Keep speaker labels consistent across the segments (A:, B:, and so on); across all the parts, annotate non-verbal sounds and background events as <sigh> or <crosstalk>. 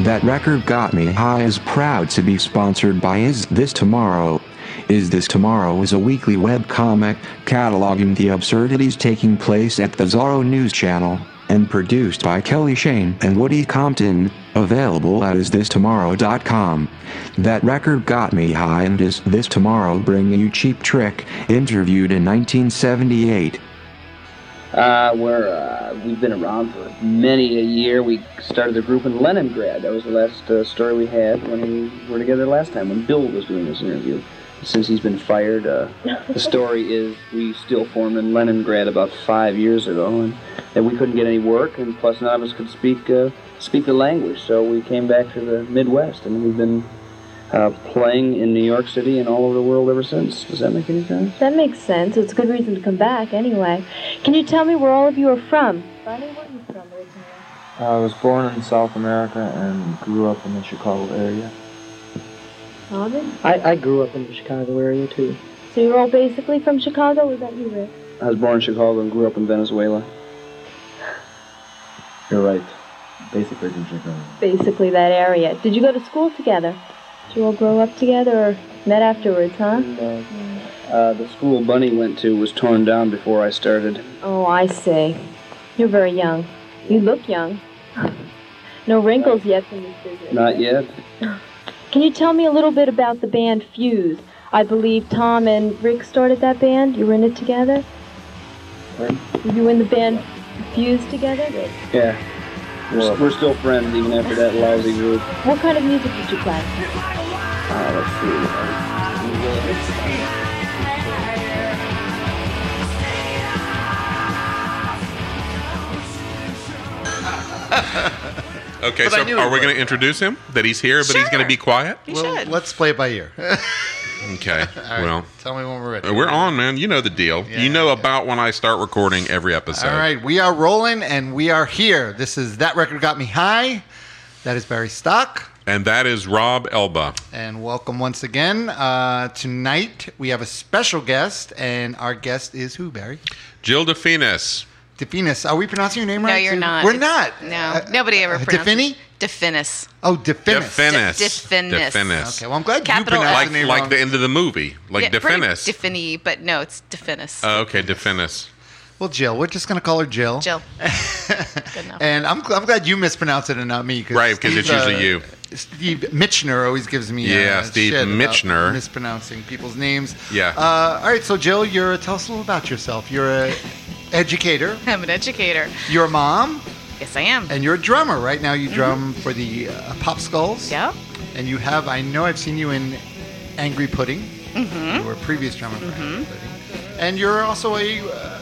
A: That record got me high is proud to be sponsored by Is This Tomorrow. Is This Tomorrow is a weekly webcomic cataloging the absurdities taking place at the Zorro News Channel and produced by Kelly Shane and Woody Compton, available at isthistomorrow.com. That record got me high and Is This Tomorrow bringing you Cheap Trick, interviewed in 1978.
B: Uh, we're, uh, we've been around for many a year. We started the group in Leningrad. That was the last uh, story we had when we were together last time, when Bill was doing this interview. Since he's been fired, uh, the story is we still formed in Leningrad about five years ago, and that we couldn't get any work, and plus none of us could speak uh, speak the language. So we came back to the Midwest, and we've been uh, playing in New York City and all over the world ever since. Does that make any sense?
C: That makes sense. It's a good reason to come back, anyway. Can you tell me where all of you are from? Bonnie, where are you from originally?
D: I was born in South America and grew up in the Chicago area.
C: Alvin?
E: I, I grew up in the Chicago area too.
C: So you're all basically from Chicago? Was that you, Rick?
B: I was born in Chicago and grew up in Venezuela.
D: You're right. Basically from Chicago.
C: Basically that area. Did you go to school together? Did you all grow up together or met afterwards, huh?
B: And, uh, uh, the school Bunny went to was torn down before I started.
C: Oh, I see. You're very young. You look young. <laughs> No wrinkles yet from this business.
B: Not yet.
C: Can you tell me a little bit about the band Fuse? I believe Tom and Rick started that band. You were in it together?
B: Right?
C: Were you in the band Fuse together?
B: Yeah. We're, s- we're still friends even after that lousy group.
C: What kind of music did you play?
B: Oh. Uh, let's see.
F: Okay,
G: But I
F: so
G: knew
F: are
G: it
F: we
G: would.
F: going to introduce him? That he's here, but he's going to
G: Sure.
F: be quiet?
G: You
H: Well,
G: should.
H: let's play it by ear. <laughs> All
F: Okay,
H: right,
F: well.
H: tell me when we're ready.
F: We're on, man. You know the deal.
H: Yeah,
F: you know
H: okay.
F: about when I start recording every episode.
H: All right, we are rolling and we are here. This is That Record Got Me High. That is Barry Stock.
F: And that is Rob Elba.
H: And welcome once again. Uh, tonight we have a special guest, and our guest is who, Barry?
F: Jill DeFinis.
H: DeFinis. Are we pronouncing your name
G: No,
H: right?
G: you're
H: too?
G: not.
H: We're
G: It's-
H: not. Uh,
G: No, nobody ever
H: uh,
G: pronounced
H: DeFini?
G: DeFinis.
H: Oh, DeFinis.
F: DeFinis.
G: DeFinis.
F: DeFinis.
H: Okay, well, I'm glad
G: Capital
H: you pronounced
F: Like,
H: the name
F: like
H: wrong.
F: the end of the movie. Like
G: Yeah, pretty
F: Oh, DeFinis.
G: Defini, but no, it's DeFinis.
F: Oh, okay, DeFinis.
H: well, Jill. We're just going to call her Jill. <laughs>
G: Jill. Good enough.
H: And I'm, I'm glad you mispronounced it and not me. Cause
F: Right, 'cause it's
H: Steve, uh,
F: usually you.
H: Steve Mitchner always gives me uh,
F: Yeah, Steve
H: shit about
F: Mitchner.
H: mispronouncing people's names.
F: Yeah.
H: Uh, all right, so Jill, you're tell us a little about yourself. You're a educator.
G: I'm an educator.
H: You're a mom,
G: Yes, I am.
H: and you're a drummer. Right now, you drum for the uh, Pop Skulls.
G: Yeah.
H: And you have I know I've seen you in Angry Pudding. Mm-hmm. You were a previous drummer for Angry Pudding. And you're also a, uh,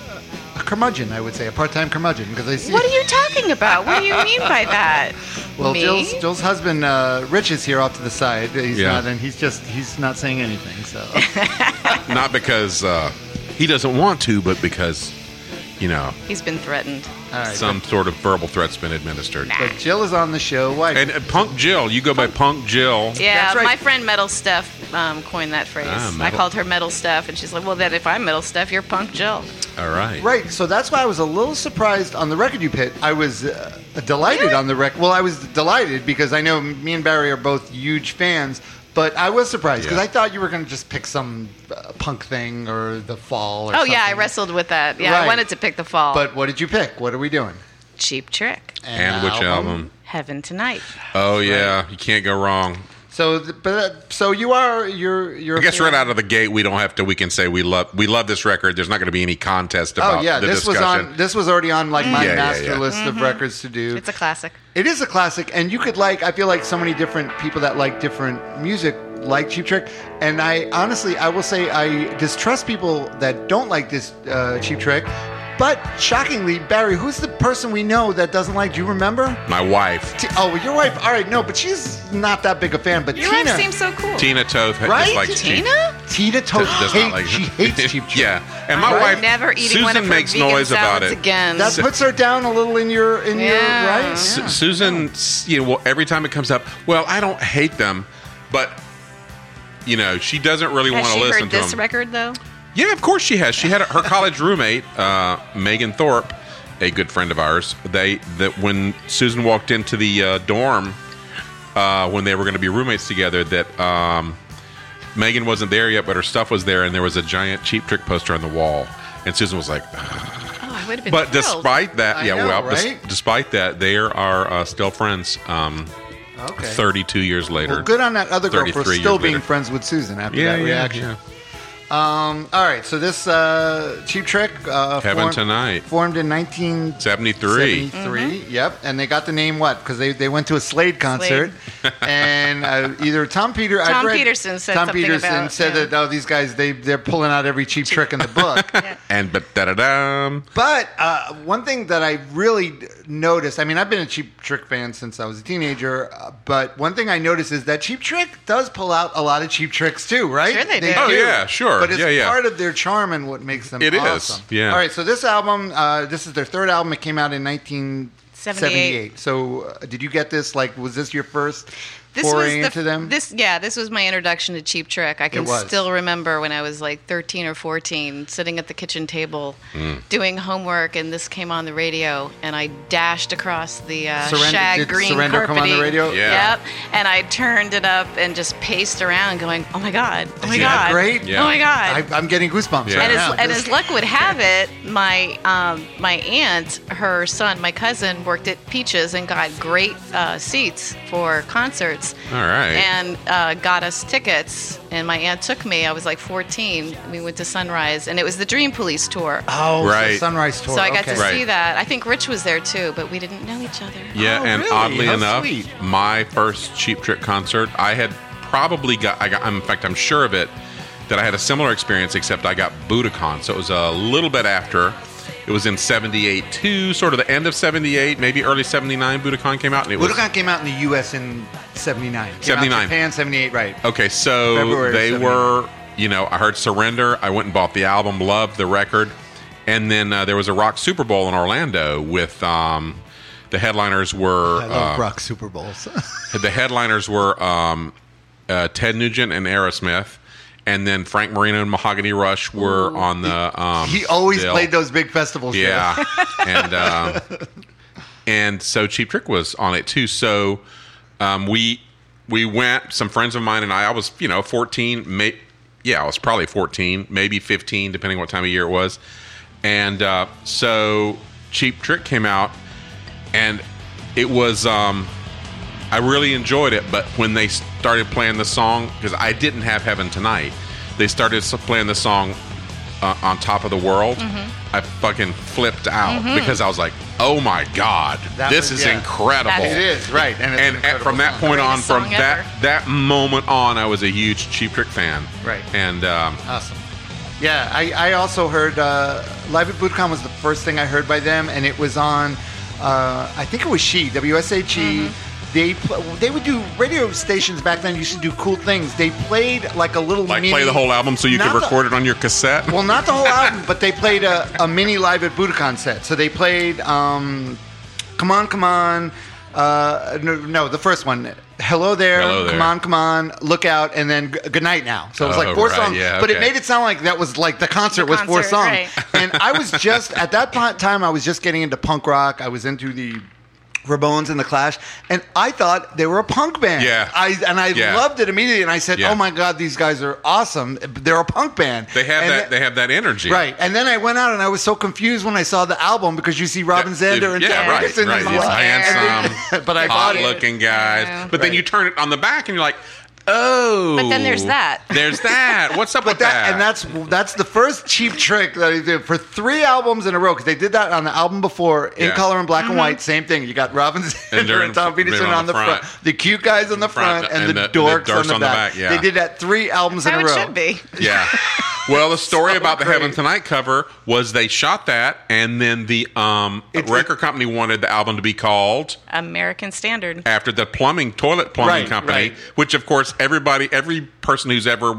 H: a curmudgeon, I would say, a part-time curmudgeon because I see.
G: What are you talking about? What do you mean by that?
H: <laughs> Well,
G: Me?
H: Jill's, Jill's husband uh, Rich is here off to the side. He's
F: Yeah.
H: not, and he's just he's not saying anything.
G: <laughs>
H: So
F: Not because uh, he doesn't want to, but because, you know,
G: He's been threatened.
H: all right.
F: some sort of verbal threat's been administered.
H: but, but Jill is on the show. Why?
F: And uh, Punk Jill, you go by Punk Jill.
G: Yeah,
H: That's right.
G: my friend Metal Stuff um, coined that phrase.
F: Ah,
G: I
F: Metal-
G: called her Metal Stuff, and she's like, "Well, then if I'm Metal Stuff, you're Punk Jill."
F: All right.
H: right. So that's why I was a little surprised on the record you pit. I was uh, delighted on the record. Well, I was delighted because I know me and Barry are both huge fans. But I was surprised because
F: Yeah.
H: I thought you were going to just pick some uh, punk thing or the fall. Or
G: Oh yeah, I
H: something.
G: wrestled with that. Yeah,
H: Right.
G: I wanted to pick the fall.
H: But what did you pick? What are we doing?
G: Cheap Trick,
F: And which album?
G: Heaven Tonight.
F: Oh, yeah. You can't go wrong.
H: So, th- but uh, so you are you're you're.
F: I guess right out of the gate, we don't have to. We can say we love we love this record. There's not going to be any contest about
H: Oh yeah,
F: the
H: this
F: discussion.
H: was on. This was already on like my
F: Yeah, yeah,
H: master
F: yeah.
H: list of records to do.
G: Mm-hmm. It's a classic.
H: It is a classic, and you could like. I feel like so many different people that like different music like Cheap Trick, and I honestly, I will say, I distrust people that don't like this uh, Cheap Trick. But shockingly, Barry, who's the person we know that doesn't like? Do you remember?
F: My wife,
H: T- oh, your wife. All right, no, but she's not that big a fan. But
G: Your
H: Tina,
G: life seems so cool.
F: Tina Toth, ha-
H: Right?
F: dislikes Cheap-
G: Tina?
H: Tina Toth
F: does not
H: hates.
F: like-
H: she
F: <laughs>
H: hates Cheap Trick.
F: yeah, and my
H: I'm
F: wife
G: Never eating
F: Susan
G: one of her
F: makes
G: vegan
F: noise about
G: salads
F: it.
G: again.
H: That puts her down a little in your in
G: Yeah.
H: your right.
F: Su- Susan, you know, well, every time it comes up, well, I don't hate them, but you know, she doesn't really want
G: Has
F: to
G: she
F: listen
G: heard
F: to
G: this
F: them.
G: record though?
F: Yeah, of course she has. She had her college roommate, uh, Megan Thorpe, a good friend of ours. They that when Susan walked into the uh, dorm uh, when they were going to be roommates together that um, Megan wasn't there yet, but her stuff was there, and there was a giant Cheap Trick poster on the wall. And Susan was like,
G: Oh, I would have been.
F: but
G: thrilled.
F: despite that,
H: I
F: yeah,
H: know,
F: well, des-
H: right?
F: despite that, they are uh, still friends. Um,
H: Okay.
F: 32 years later.
H: Well, good on that other girl for
F: 33
H: still
F: years
H: being
F: later.
H: friends with Susan after
F: yeah,
H: that
F: yeah,
H: reaction.
F: yeah.
H: Um, all right, so this uh, Cheap Trick uh,
F: Heaven
H: formed,
F: Tonight.
H: formed in 1973.
F: 73.
H: Yep, and they got the name what? Because they, they went to a Slade concert,
F: <laughs>
H: and uh, either Tom Peter I've
G: Tom
H: read-
G: Peterson said
H: Tom
G: something
H: Peterson
G: about-
H: said
G: yeah.
H: that oh these guys they they're pulling out every cheap trick in the book.
G: <laughs>
F: And but da da dum.
H: But uh, one thing that I really noticed, I mean, I've been a Cheap Trick fan since I was a teenager, uh, but one thing I noticed is that Cheap Trick does pull out a lot of cheap tricks too, right?
G: Sure they do.
F: Oh, yeah, sure.
H: But it's
F: Yeah, yeah.
H: part of their charm and what makes them
F: It is,
H: awesome.
F: yeah.
H: All right, so this album, uh, this is their third album. It came out in 1978. So uh, did you get this? Like, was this your first foray
G: the-
H: into them?
G: This, yeah, this was my introduction to Cheap Trick. I can
H: was.
G: still remember when I was like 13 or 14, sitting at the kitchen table,
F: Hmm.
G: doing homework, and this came on the radio, and I dashed across the uh,
H: Surrender-
G: shag
H: did
G: green
H: Surrender come on the
G: carpeting.
H: radio?
F: Yeah.
G: Yep. And I turned it up and just paced around, going, "Oh my god! Oh my
H: Isn't that
G: god!
H: great?
F: Yeah.
G: Oh my god!"
H: I, I'm getting goosebumps
F: Yeah.
H: right
G: and,
H: now.
G: as, and
H: This-
G: as luck would have it, my um, my aunt, her son, my cousin, worked at Peaches and got great uh, seats for concerts.
F: All right.
G: And uh, got us tickets. And my aunt took me. I was like 14. We went to Sunrise, and it was the Dream Police tour.
H: oh, so
F: Right.
H: Sunrise Tour.
G: so I got
H: okay.
G: to
F: Right.
G: see that. I think Rich was there too, but we didn't know each other.
F: Yeah,
H: Oh,
F: and
H: really?
F: oddly
H: How
F: enough,
H: sweet.
F: my first Cheap Trick concert, I had probably got, I got, in fact, I'm sure of it, that I had a similar experience, except I got Budokan. So it was a little bit after. It was in 78, too, sort of the end of 78, maybe early 79, Budokan came out. And it was,
H: Budokan came out in the U.S. in '79. Came out in
F: 79.
H: Japan '78, right?
F: Okay, so
H: February of
F: they
H: 79.
F: were, you know, I heard Surrender. I went and bought the album, loved the record. And then uh, there was a rock Super Bowl in Orlando with um, the headliners were.
H: I love
F: uh,
H: rock Super Bowls. <laughs>
F: the headliners were um, uh, Ted Nugent and Aerosmith, and then Frank Marino and Mahogany Rush were on the. Um,
H: he always
F: bill.
H: played those big festival shows.
F: Yeah, and
H: <laughs>
F: um, and so Cheap Trick was on it too. So um, we we went. Some friends of mine and I. I was you know fourteen. May, yeah, I was probably fourteen, maybe fifteen, depending what time of year it was. And uh, so Cheap Trick came out, and it was. Um, I really enjoyed it, but when they started playing the song, because I didn't have Heaven Tonight, they started s- playing the song uh, on top of the world.
G: Mm-hmm.
F: I fucking flipped out because I was like, "Oh my god,
H: That
F: this
H: was-
F: is
H: yeah.
F: incredible!"
H: It is right, and, it's
F: and
H: an
F: at-
H: incredible
F: from that
H: song.
F: point on,
G: Greatest
F: from
G: song
F: that that moment on, I was a huge Cheap Trick fan.
H: Right. Uh,
F: and um,
H: awesome. Yeah, I, I also heard uh, Live at Budokan was the first thing I heard by them, and it was on. Uh, I think it was she WSHE. E. They pl- they would do radio stations back then. Used to do cool things. They played like a little
F: like
H: mini-
F: play the whole album so you
H: Not
F: could
H: the-
F: record it on your cassette.
H: Well, not the whole album, but they played a, a mini live at Budokan set. So they played um, Come On, Come On. Uh, no, no, the first one. Hello there,
F: Hello There.
H: Come On, Come On, Look Out, and then G- Good Night Now. So it was
F: Oh,
H: like four
F: right,
H: songs,
F: yeah,
H: but it
F: okay.
H: made it sound like that was like the concert was four
G: concert,
H: songs.
G: right.
H: And I was just, at that po- time, I was just getting into punk rock. I was into the. Ramones and the Clash, and I thought they were a punk band.
F: Yeah.
H: I and I
F: Yeah.
H: loved it immediately, and I said,
F: Yeah.
H: "Oh my god, these guys are awesome! They're a punk band."
F: they have
H: And
F: that.
H: th-
F: They have that energy,
H: Right. And then I went out and I was so confused when I saw the album because you see Robin
F: Yeah,
H: Zander and
F: yeah,
H: Tom
F: right,
H: Dickinson
F: right.
H: and
F: These
H: I'm like,
F: handsome,
H: <laughs> but I bought
F: odd
H: it.
F: looking guys.
G: Yeah.
F: But then
H: Right.
F: you turn it on the back and you're like, oh.
G: But then there's that.
F: <laughs> There's that. What's up
H: But
F: with
H: that,
F: that?
H: and that's that's the first cheap trick that he did for three albums in a row because they did that on the album before in
F: Yeah.
H: color and black and
G: Mm-hmm.
H: white same thing you got Robin Zander and,
F: they're in-
H: Tom Peterson on, the front. the cute guys on the front, and, the, dorks on the back,
F: yeah.
H: they did that three albums
G: How
H: in a
G: it
H: row
G: should be.
H: <laughs>
F: yeah. Well, the story
H: So
F: about the
H: great.
F: Heaven Tonight cover was they shot that, and then the um,
H: It's-
F: record company wanted the album to be called
G: American standard.
F: after the plumbing toilet plumbing
H: Right,
F: company,
H: right.
F: which of course everybody, every person who's ever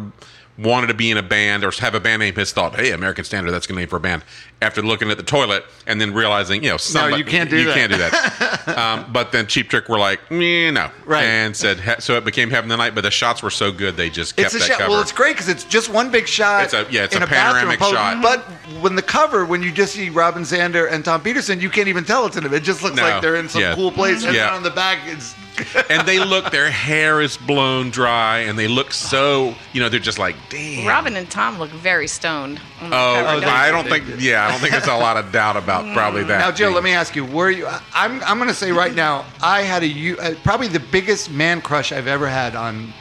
F: wanted to be in a band or have a band name has thought, "Hey, American Standard, that's a good name for a band." After looking at the toilet and then realizing, you know, somebody,
H: you can't do
F: you
H: that.
F: can't do
H: <laughs>
F: that. um, but then Cheap Trick were like, "Meh, "No,"
H: Right.
F: and said, he- "So it became Heaven the Night." But the shots were so good, they just kept
H: It's a
F: that
H: shot.
F: cover.
H: Well, it's great because it's just one big shot.
F: It's a- yeah, it's
H: in
F: a panoramic
H: bathroom
F: shot.
H: But when the cover, when you just see Robin Zander and Tom Peterson, you can't even tell it's in them. It just looks
F: No.
H: like they're in some
F: Yeah.
H: cool place. And
F: Yeah.
H: then on the back, it's
F: and they look, their hair is blown dry, and they look so, you know, they're just like, damn.
G: Robin and Tom look very stoned. on the
F: Oh,
G: cover, don't
F: I
G: they?
F: don't think. Yeah, I don't think there's a lot of doubt about probably that.
H: Mm. Now, Joe,
F: being-
H: let me ask you: Were you? I- I'm I'm going to say right now, I had a you uh, probably the biggest man crush I've ever had on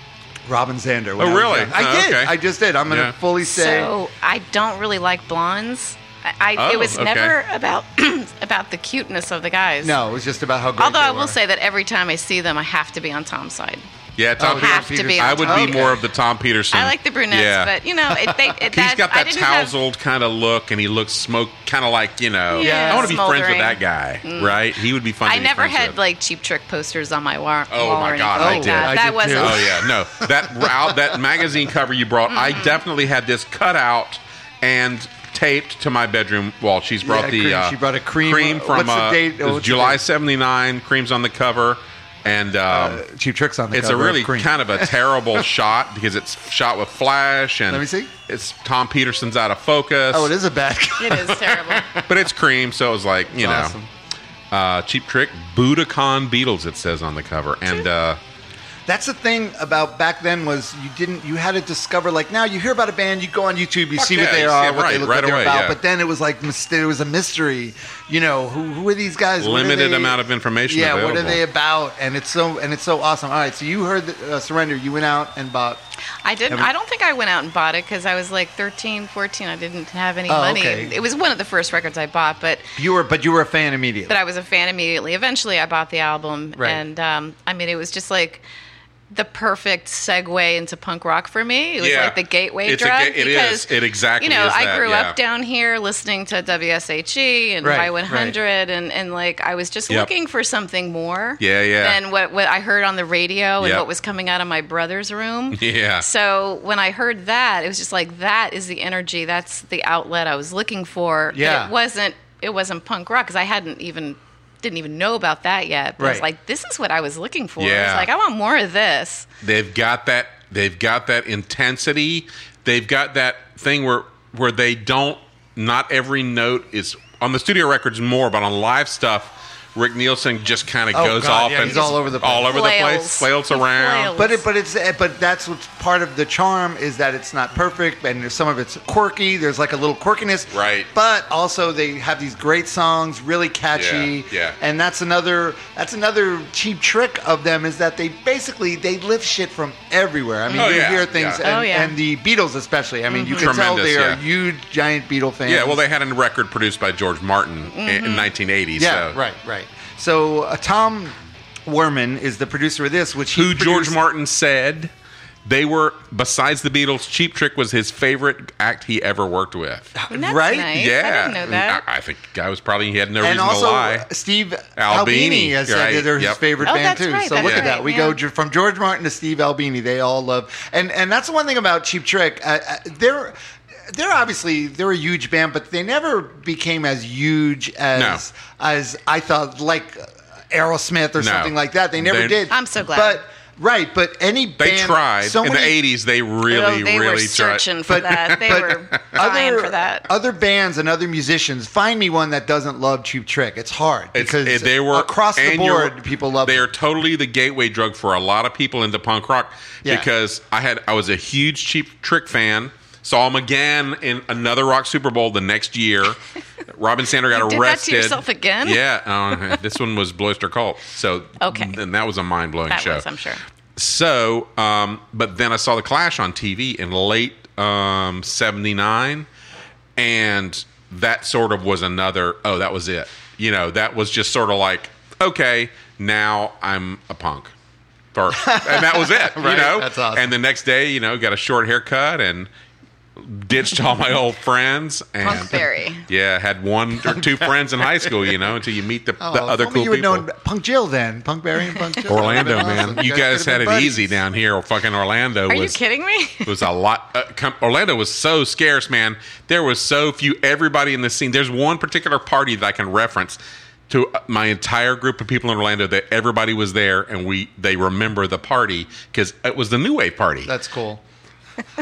H: Robin Zander. when
F: Oh,
H: I was
F: really?
H: young. I
F: Oh,
H: did.
F: okay.
H: I just did. I'm going to
F: Yeah.
H: fully say.
G: So I don't really like blondes. I, I
F: Oh,
G: it was
F: okay.
G: never about <clears throat> about the cuteness of the guys.
H: no, it was just about how. Great
G: Although
H: they
G: I will
F: uh,
H: were.
G: say that every time I see them, I have to be on Tom's side.
F: Yeah, Tom
H: Oh,
F: Peters.
G: have to be
F: I
G: on
F: would
H: Tom.
F: be more of the Tom Peterson.
G: I like the brunettes,
F: Yeah.
G: but you know,
F: <laughs>
G: it, they, it,
F: He's
G: that,
F: got
G: I
F: that
G: didn't have-
F: tousled kind of look, and he looks smoked, kind of like you know.
G: Yeah,
F: I want to be friends with
G: smoldering. Mm.
F: that guy, right? He would be fun.
G: I
F: to be
G: never
F: friends
G: had
F: with.
G: like cheap trick posters on my war-
F: Oh,
G: wall.
F: my
G: or
F: God,
G: anything
F: I
G: like
F: did.
G: That,
H: I
G: that
H: did,
G: wasn't.
H: too.
F: Oh yeah, no
G: <laughs>
F: that route, that magazine cover you brought. I
G: Mm.
F: definitely had this cut out and taped to my bedroom wall. She's brought
H: Yeah,
F: the
H: cream.
F: uh,
H: She brought a cream.
F: from
H: What's the
F: uh,
H: date?
F: it was
H: What's the
F: July
H: date?
F: '79. Cream's on the cover, and um,
H: Uh, cheap tricks on the
F: it's a
H: cover of
F: really
H: Cream.
F: kind of a
H: <laughs>
F: terrible shot because it's shot with flash and
H: Let me see.
F: It's Tom Peterson's out of focus.
H: Oh, it is a bad. <laughs>
G: <laughs> It is terrible.
F: but it's cream, so it was like you know,
H: Awesome.
F: uh, cheap trick Budokan Beatles. It says on the cover, and uh, <laughs>
H: That's the thing about back then was you didn't you had to discover like now you hear about a band you go on YouTube you
F: Fuck
H: see
F: yeah,
H: what they
F: you see
H: are
F: it
H: what they
F: right-
H: look
F: right
H: like they're
F: away,
H: about
F: yeah.
H: but then it was like mys- there was a mystery you know who, who are these guys What are
F: limited
H: they-
F: amount of information.
H: yeah
F: available.
H: what are they about and it's so and it's so awesome all right so you heard the, uh, surrender you went out and bought
G: I didn't.
H: Have-
G: I don't think I went out and bought it because I was like 13, 14. I didn't have any
H: Oh,
G: money.
H: okay.
G: It was one of the first records I bought, but
H: you were but you were a fan immediately
G: but I was a fan immediately. Eventually, I bought the album,
H: Right.
G: and um, I mean, it was just like the perfect segue into punk rock for me. It was
F: Yeah.
G: like the gateway
F: It's a
G: drug.
F: ga- it is.
G: because,
F: It exactly
G: You know,
F: is
G: I
F: that,
G: grew
F: yeah.
G: up down here listening to WSHE E and
H: Right,
G: Y100, and and like I was just
F: Yep.
G: looking for something more.
F: Yeah, yeah.
G: Than what what I heard on the radio and
F: Yep.
G: what was coming out of my
F: <laughs>
G: brother's room.
F: Yeah.
G: So when I heard that, it was just like that is the energy. That's the outlet I was looking for. But
H: Yeah.
G: It wasn't. It wasn't punk rock because I hadn't even didn't even know about that yet. But I was
H: Right.
G: like, this is what I was looking for. I
F: Yeah.
G: was like, I want more of this.
F: They've got that. They've got that intensity. They've got that thing where where they don't. Not every note is on the studio records more, but on live stuff, Rick Nielsen just kind of
H: Oh,
F: goes
H: God,
F: off
H: yeah,
F: and
H: he's all over the place.
F: all over the place,
G: Flails.
F: flails
G: He
F: around.
G: flails.
H: But it, but it's eh, but that's what's part of the charm is that it's not perfect and there's some of it's quirky. There's like a little quirkiness,
F: Right.
H: But also they have these great songs, really catchy,
F: Yeah, yeah.
H: And that's another that's another cheap trick of them is that they basically they lift shit from everywhere. I mean,
F: Oh,
H: you
F: yeah,
H: hear things,
F: yeah.
H: And,
G: Oh, yeah.
H: and the Beatles especially. I mean, you can tell
F: Tremendous,
H: they are
F: yeah.
H: huge giant Beatle fans.
F: Yeah, well, they had a record produced by George Martin i- in 1980.
H: yeah,
F: so.
H: right, right. So uh, Tom Werman is the producer of this, which he
F: Who George
H: produced-
F: Martin said they were, besides the Beatles, Cheap Trick was his favorite act he ever worked with.
G: And that's
H: Right? Mm,
G: Nice.
F: Yeah, Mm,
G: I didn't know that.
F: I, I think guy was probably he had no reason
H: and also uh,
F: to lie.
H: Steve Albini,
F: Albini,
H: has said
F: right,
H: that they're his
F: yep.
H: favorite
G: Oh,
H: band
G: that's
H: too.
G: right,
H: so
G: that's
H: look at
G: right,
H: that. We go
G: yeah.
H: ju- from George Martin to Steve Albini. They all love, and and that's the one thing about Cheap Trick. Uh, uh, they're they're obviously they're a huge band, but they never became as huge as as I thought, like uh, Aerosmith or
F: No.
H: something like that. They never
F: They-
H: did.
G: I'm so glad.
H: But right, but any
F: They
H: band,
F: tried
H: so
F: in
H: many,
F: the 80s. They really,
G: Oh, they
F: really
G: were
F: tried.
G: searching for that. They were dying for that.
H: other bands and other musicians, find me one that doesn't love Cheap Trick. It's hard
F: It's-
H: because
F: it- they were
H: across the
F: and you're-
H: board. People love
F: They
H: them.
F: are totally the gateway drug for a lot of people into punk rock
H: Yeah.
F: because I had I was a huge Cheap Trick fan. Saw him again in another Rock Super Bowl the next year.
G: <laughs>
F: Robin Sander got
G: You did that
F: arrested.
G: to yourself again?
F: Yeah, uh, this one was Bloister Cult. So
G: Okay.
F: and that was a mind blowing
G: That
F: show.
G: was, I'm sure.
F: So, um, but then I saw the Clash on TV in late um, '79, and that sort of was another. Oh, that was it. You know, that was just sort of like, okay, now I'm a punk. Or, and that was
H: <laughs>
F: it.
H: Right,
F: you know,
H: that's awesome.
F: And the next day, you know, got a short haircut and ditched all my old friends. And
G: Punkberry.
F: yeah, had one or two friends in high school. You know, until you meet the,
H: Oh,
F: the
H: if
F: other
H: only
F: cool
H: you
F: people.
H: had known Punk Jill then, Punk Barry and
F: <laughs>
H: Punk Jill.
F: Orlando,
H: That'd have been
F: man.
H: awesome.
F: You guys
H: could
F: had
H: have
F: it
H: been
F: easy
H: buddies.
F: down here. Fucking Orlando
G: Are you
F: was
G: kidding me?
F: <laughs> was a lot. Uh, com- Orlando was so scarce, man. There was so few. Everybody in the scene. There's one particular party that I can reference to uh, my entire group of people in Orlando that everybody was there, and we they remember the party because it was the New Wave party.
H: That's cool.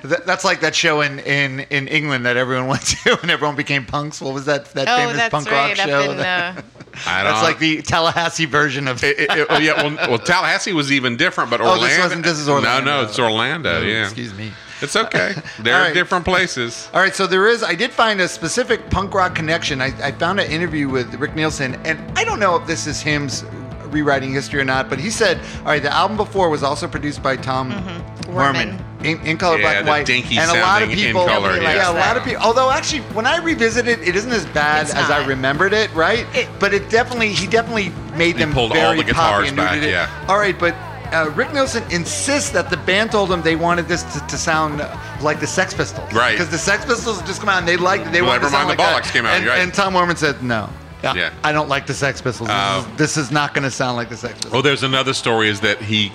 H: That- that's like that show in, in, in <laughs> England that everyone went to and everyone became punks. What was that that
G: <laughs> Oh,
H: famous
G: that's
H: punk
G: right.
H: rock show? <laughs>
G: Up in, uh,
F: I
H: That's
F: don't-
H: like the Tallahassee version
F: <laughs>
H: of <laughs>
F: It- it- it- yeah, well, well, Tallahassee was even different, but
H: Oh,
F: Orlando.
H: this wasn't- this is Orlando. Oh,
F: No, no, it's Orlando. uh, Yeah,
H: Excuse me.
F: It's
H: <laughs>
F: okay. They're
H: All right.
F: different places.
H: All right, so there is. I did find a specific punk rock connection. I, I found an interview with Rick Nielsen, and I don't know if this is him's rewriting history or not, but he said, "All right, the album before was also produced by Tom Werman,
G: Mm-hmm. Werman.
H: in, in color,
F: Yeah,
H: black and
F: the
H: white,
F: dinky
H: and a lot of
F: sounding In
H: people,
F: Color,
H: yeah,
G: Nobody likes
H: a lot
G: that.
H: of people. Although actually, when I revisit it, it isn't as bad
G: It's
H: as I
G: not.
H: remembered it, right?
G: It-
H: but it definitely, he definitely made
F: He
H: them
F: pulled all
H: very
F: the
H: poppy
F: guitars
H: and neutered
F: back,
H: it.
F: yeah.
H: All right, but uh, Rick Nielsen insists that the band told him they wanted this to, to sound like the Sex Pistols,
F: Right.
H: Because the Sex Pistols just come out and they liked it. They
F: Well,
H: wanted to
F: never
H: sound
F: mind, the
H: like that.
F: Bollocks came out,
H: And,
F: you're right.
H: and Tom Werman said no.
F: Yeah.
H: I don't like the Sex Pistols. This,
F: Oh.
H: is, this is not going to sound like the Sex Pistols.
F: Well, there's another story is that he,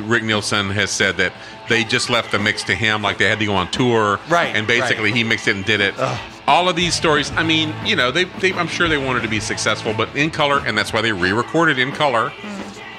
F: Rick Nielsen has said that they just left the mix to him, like they had to go on tour,
H: Right,
F: And basically,
H: right.
F: he mixed it and did it. All of these stories, I mean, you know, they, they, I'm sure they wanted to be successful, but in color, and that's why they re-recorded in color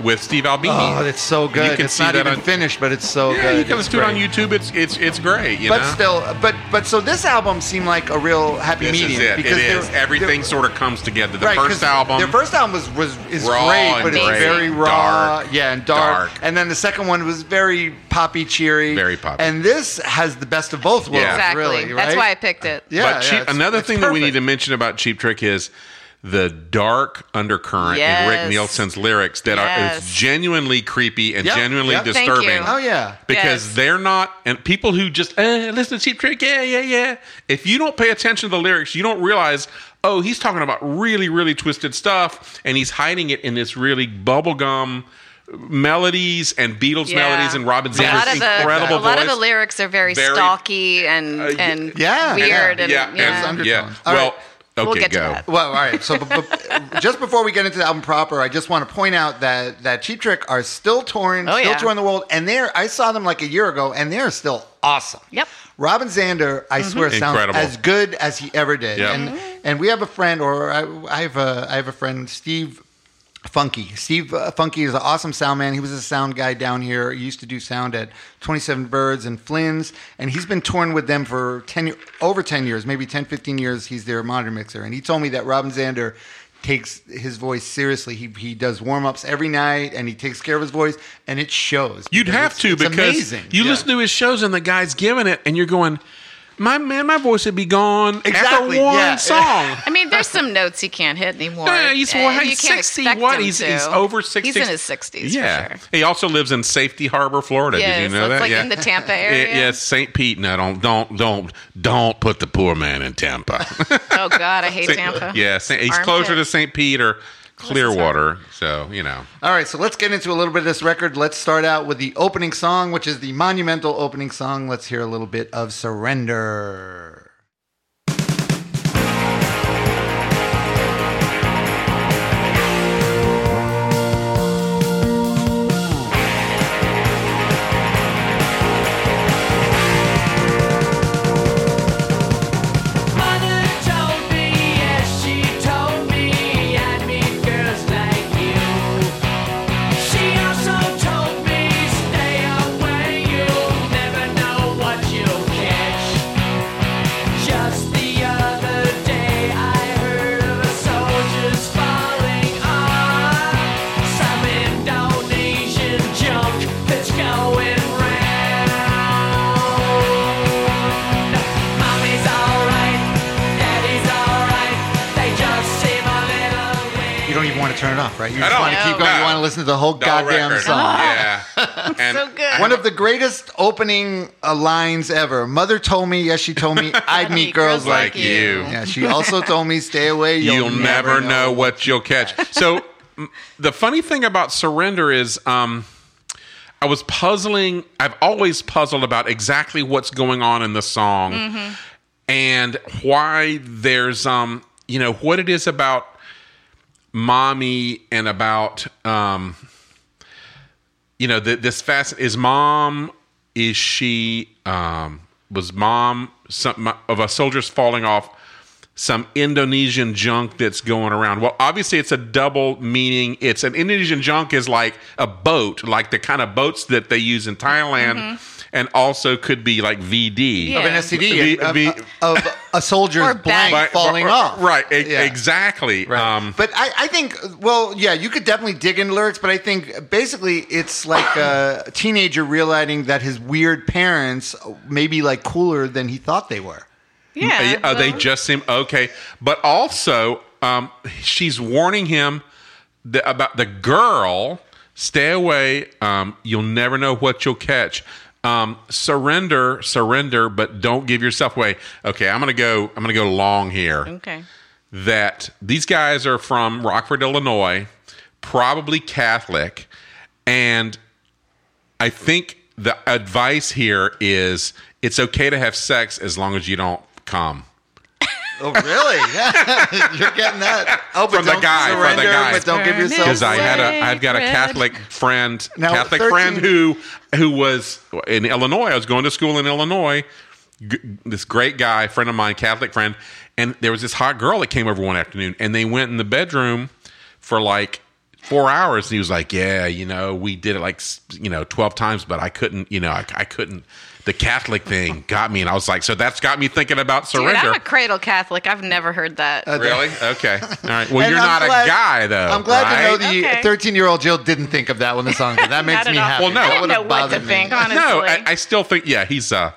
F: with Steve Albini.
H: Oh, it's so good.
F: can
H: it's
F: see
H: not
F: that
H: even
F: on-
H: finished, but it's so
F: yeah,
H: good.
F: you can
H: It's
F: listen to it on
H: great.
F: YouTube. It's it's it's great. You
H: But
F: know?
H: still, but but so this album seemed like a real happy
F: this
H: medium
F: is it. It
H: because they're-
F: is everything
H: they're-
F: sort of comes together. The
H: right, 'cause
F: first album,
H: Their first album was was is
F: Raw
H: great,
F: and
H: but it's
G: great.
H: very raw.
F: Dark.
H: yeah, and dark.
F: Dark.
H: And then the second one was very poppy, cheery.
F: Very poppy.
H: And this has the best of both worlds.
G: exactly.
H: Really, right?
G: That's why I picked it.
H: Yeah,
F: but
H: yeah,
F: cheap,
H: it's-
F: another
H: it's
F: thing that we need
H: perfect.
F: to mention about Cheap Trick is the dark undercurrent in Rick
G: Yes.
F: Nielsen's lyrics that are is
G: Yes.
F: genuinely creepy and
H: Yep,
F: genuinely
H: yep.
G: Thank
F: disturbing.
G: you.
H: Oh yeah.
F: Because
G: Yes.
F: they're not, and people who just eh, listen to Cheap Trick, yeah, yeah, yeah. If you don't pay attention to the lyrics, you don't realize, oh, he's talking about really, really twisted stuff, and he's hiding it in this really bubblegum melodies and Beatles
G: Yeah.
F: melodies and Robin
G: A lot
F: Zander's
G: of the-
F: incredible
G: A lot of the
F: voice.
G: lyrics are very,
F: Very- uh,
G: stalky and and
H: yeah,
G: weird
H: yeah,
G: and
F: yeah,
G: yeah.
F: and-
H: There's
F: yeah.
H: undertones. All
F: Well,
H: right.
F: okay,
G: We'll get to
F: go.
G: that.
H: Well, all right. So, b- b- <laughs> just before we get into the album proper, I just want to point out that that Cheap Trick are still touring,
G: Oh,
H: still
G: yeah.
H: touring the world, and they're I saw them like a year ago, and they're still awesome.
G: Yep. Mm-hmm.
H: Robin Zander, I swear, sounds
F: Incredible.
H: as good as he ever did.
F: Yep.
H: And and we have a friend, or I, I have a I have a friend, Steve. Funky Steve uh, Funky is an awesome sound man. He was a sound guy down here. He used to do sound at Twenty Seven Birds and Flynn's, and he's been touring with them for ten y- over ten years, maybe 10, 15 years. He's their monitor mixer, and he told me that Robin Zander takes his voice seriously. He he does warm ups every night, and he takes care of his voice, and it shows.
F: You'd
H: because
F: have
H: it's-
F: to
H: it's
F: because you
H: Yeah.
F: listen to his shows and the guy's giving it, and you're going, "My man, my voice would be gone
H: Exactly,
F: after one
H: yeah. <laughs>
F: song."
G: I mean, there's some notes he can't hit anymore.
F: Yeah, he's,
G: and
F: well,
G: you
F: he's
G: can't
F: 60.
G: expect
F: What?
G: him
F: He's,
G: to.
F: he's over 60.
G: He's in his 60s.
F: Yeah.
G: For sure.
F: He also lives in Safety Harbor, Florida.
G: Yeah,
F: Did you
G: so
F: know
G: it's
F: that?
G: like
F: yeah.
G: in the
F: <laughs>
G: Tampa
F: Yeah,
G: area.
F: yeah, St. Pete. No, don't, don't, don't, don't put the poor man in
G: <laughs>
F: Tampa.
G: Oh God,
F: <laughs>
G: I hate Tampa.
F: yeah, Saint, he's
G: Armpit.
F: closer to St. Pete or Clearwater. So, you know.
H: All right, so let's get into a little bit of this record. Let's start out with the opening song, which is the monumental opening song. Let's hear a little bit of Surrender.
I: Mother told me, yes, she told me I'd meet girls like you. She also told me, stay away, you'll never know what you'll catch. Just the other day I heard of a soldier's falling off. Some Indonesian junk that's going round. Mommy's alright, daddy's alright, they just seem a little
H: You don't even want to turn it off, right? You
F: I
H: just
F: don't.
H: want to keep going. You
F: No.
H: want to listen to the whole
F: The
H: goddamn
F: record.
H: song.
F: Yeah.
G: <laughs>
F: And
G: So good.
H: One of the greatest opening uh, lines ever. Mother told me, yes, she told
F: <laughs>
H: me I'd meet girls like
F: like you.
H: Yeah,
F: <laughs>
H: she also told me, stay away.
F: you'll,
H: You'll,
F: never, know what you'll catch. So m- the funny thing about surrender is um I was puzzling I've always puzzled about exactly what's going on in the song
G: Mm-hmm.
F: and why there's um you know what it is about mommy and about um you know th- this fast is mom is she um was mom some of a soldier's falling off some Indonesian junk that's going around. Well, obviously it's a double meaning. It's an Indonesian junk is like a boat, like the kind of boats that they use in Thailand. and also could be like VD.
G: Yeah.
H: of an STD,
F: Be-
H: of,
F: be-
H: of a soldier's
G: Or bad-
H: blank
F: By-
H: falling
F: or- or-
H: off.
F: Right, e-
H: Yeah.
F: exactly.
H: Right.
F: Um,
H: but I, I think, well, yeah, you could definitely dig into lyrics, but I think basically it's like a teenager realizing that his weird parents uh, may be like cooler than he thought they were.
G: Yeah.
F: Uh, they
G: so-
F: just seem okay. But also, um, she's warning him the, about the girl. Stay away. Um, you'll never know what you'll catch. Um, surrender, surrender, but don't give yourself away. Okay, I'm gonna go. I'm gonna go long here.
G: Okay.
F: That these guys are from Rockford, Illinois, probably Catholic, and I think the advice here is it's okay to have sex as long as you don't come.
H: Oh,
F: <laughs>
H: really? Yeah. You're getting that. Oh, but
F: From the
H: don't
F: guy, from the
H: surrender,
F: guy.
H: But don't give yourself.
F: because I had
G: Away,
F: a I've got a
G: Fred.
F: Catholic friend
H: Now,
F: Catholic
H: 13
F: friend who who was in Illinois. I was going to school in Illinois. G- this great guy, friend of mine, Catholic friend, and there was this hot girl that came over one afternoon, and they went in the bedroom for like four hours. And he was like, "Yeah, you know, we did it like s- you know twelve times, but I couldn't, you know, I, I couldn't." The Catholic thing got me, and I was like, "So that's got me thinking about
G: Dude,
F: surrender."
G: I'm a cradle Catholic. I've never heard that.
H: Uh,
F: really? Okay. All
H: <laughs>
F: right. Well,
H: And
F: you're
H: I'm
F: not
H: glad-
F: a guy, though.
H: I'm glad
F: right?
H: to know the
G: Okay.
H: 13 year old Jill didn't think of that when the song came. That makes
G: Not at
H: me
G: all.
H: happy.
F: Well, no.
G: I
H: That
G: didn't
H: would've
G: know what to
H: bothered me.
G: think, honestly.
F: No, I, I still think yeah, he's uh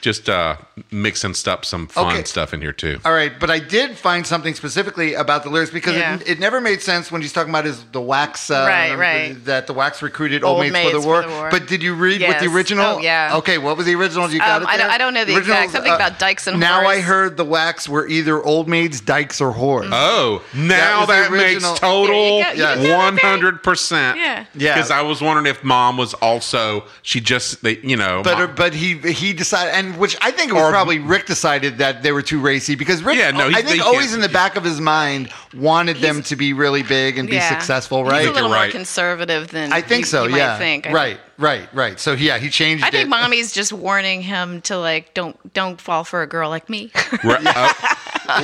F: just uh mixing stuff some fun
H: Okay.
F: stuff in here too.
H: All right, but I did find something specifically about the lyrics because
G: Yeah.
H: it, it never made sense when she's talking about is the wax uh,
G: Right, right.
H: that the wax recruited
G: Old
H: old, maids, for, the
G: maids
H: war.
G: for the war.
H: But did you read what
G: Yes.
H: the original?
G: Oh, yeah.
H: Okay, what was the original? You got
G: Um,
H: it.
G: I don't-
H: there?
G: I don't know the exact-
H: Original's,
G: something about dykes and
H: now
G: whores.
H: I heard the wax were either old maids, dykes, or whores.
F: Oh, now
H: was the
F: that, makes
H: original-
F: total
G: There you go. You didn't know
F: one
G: that, babe?
F: hundred percent.
G: Yeah.
H: Yeah.
F: Because I was wondering if mom was also she just they you know
H: But
F: mom-
H: but he he decided, and which I think it was
F: Or-
H: probably Rick decided that they were too racy because Rick,
F: Yeah, no, he's-
H: I
F: they
H: think
F: can't-
H: always in the back of his mind wanted them to be really big and be
G: Yeah.
H: successful,
G: He's
H: right?
G: a little
F: You're
G: more
F: right.
G: conservative than
H: I think
G: you-
H: so.
G: you might
H: yeah.
G: think. I
H: right. Right. Right. So yeah, he changed.
G: I think
H: it.
G: mommy's just warning him to like don't don't fall for a girl like me <laughs>
F: Ri-
H: <laughs>
F: uh,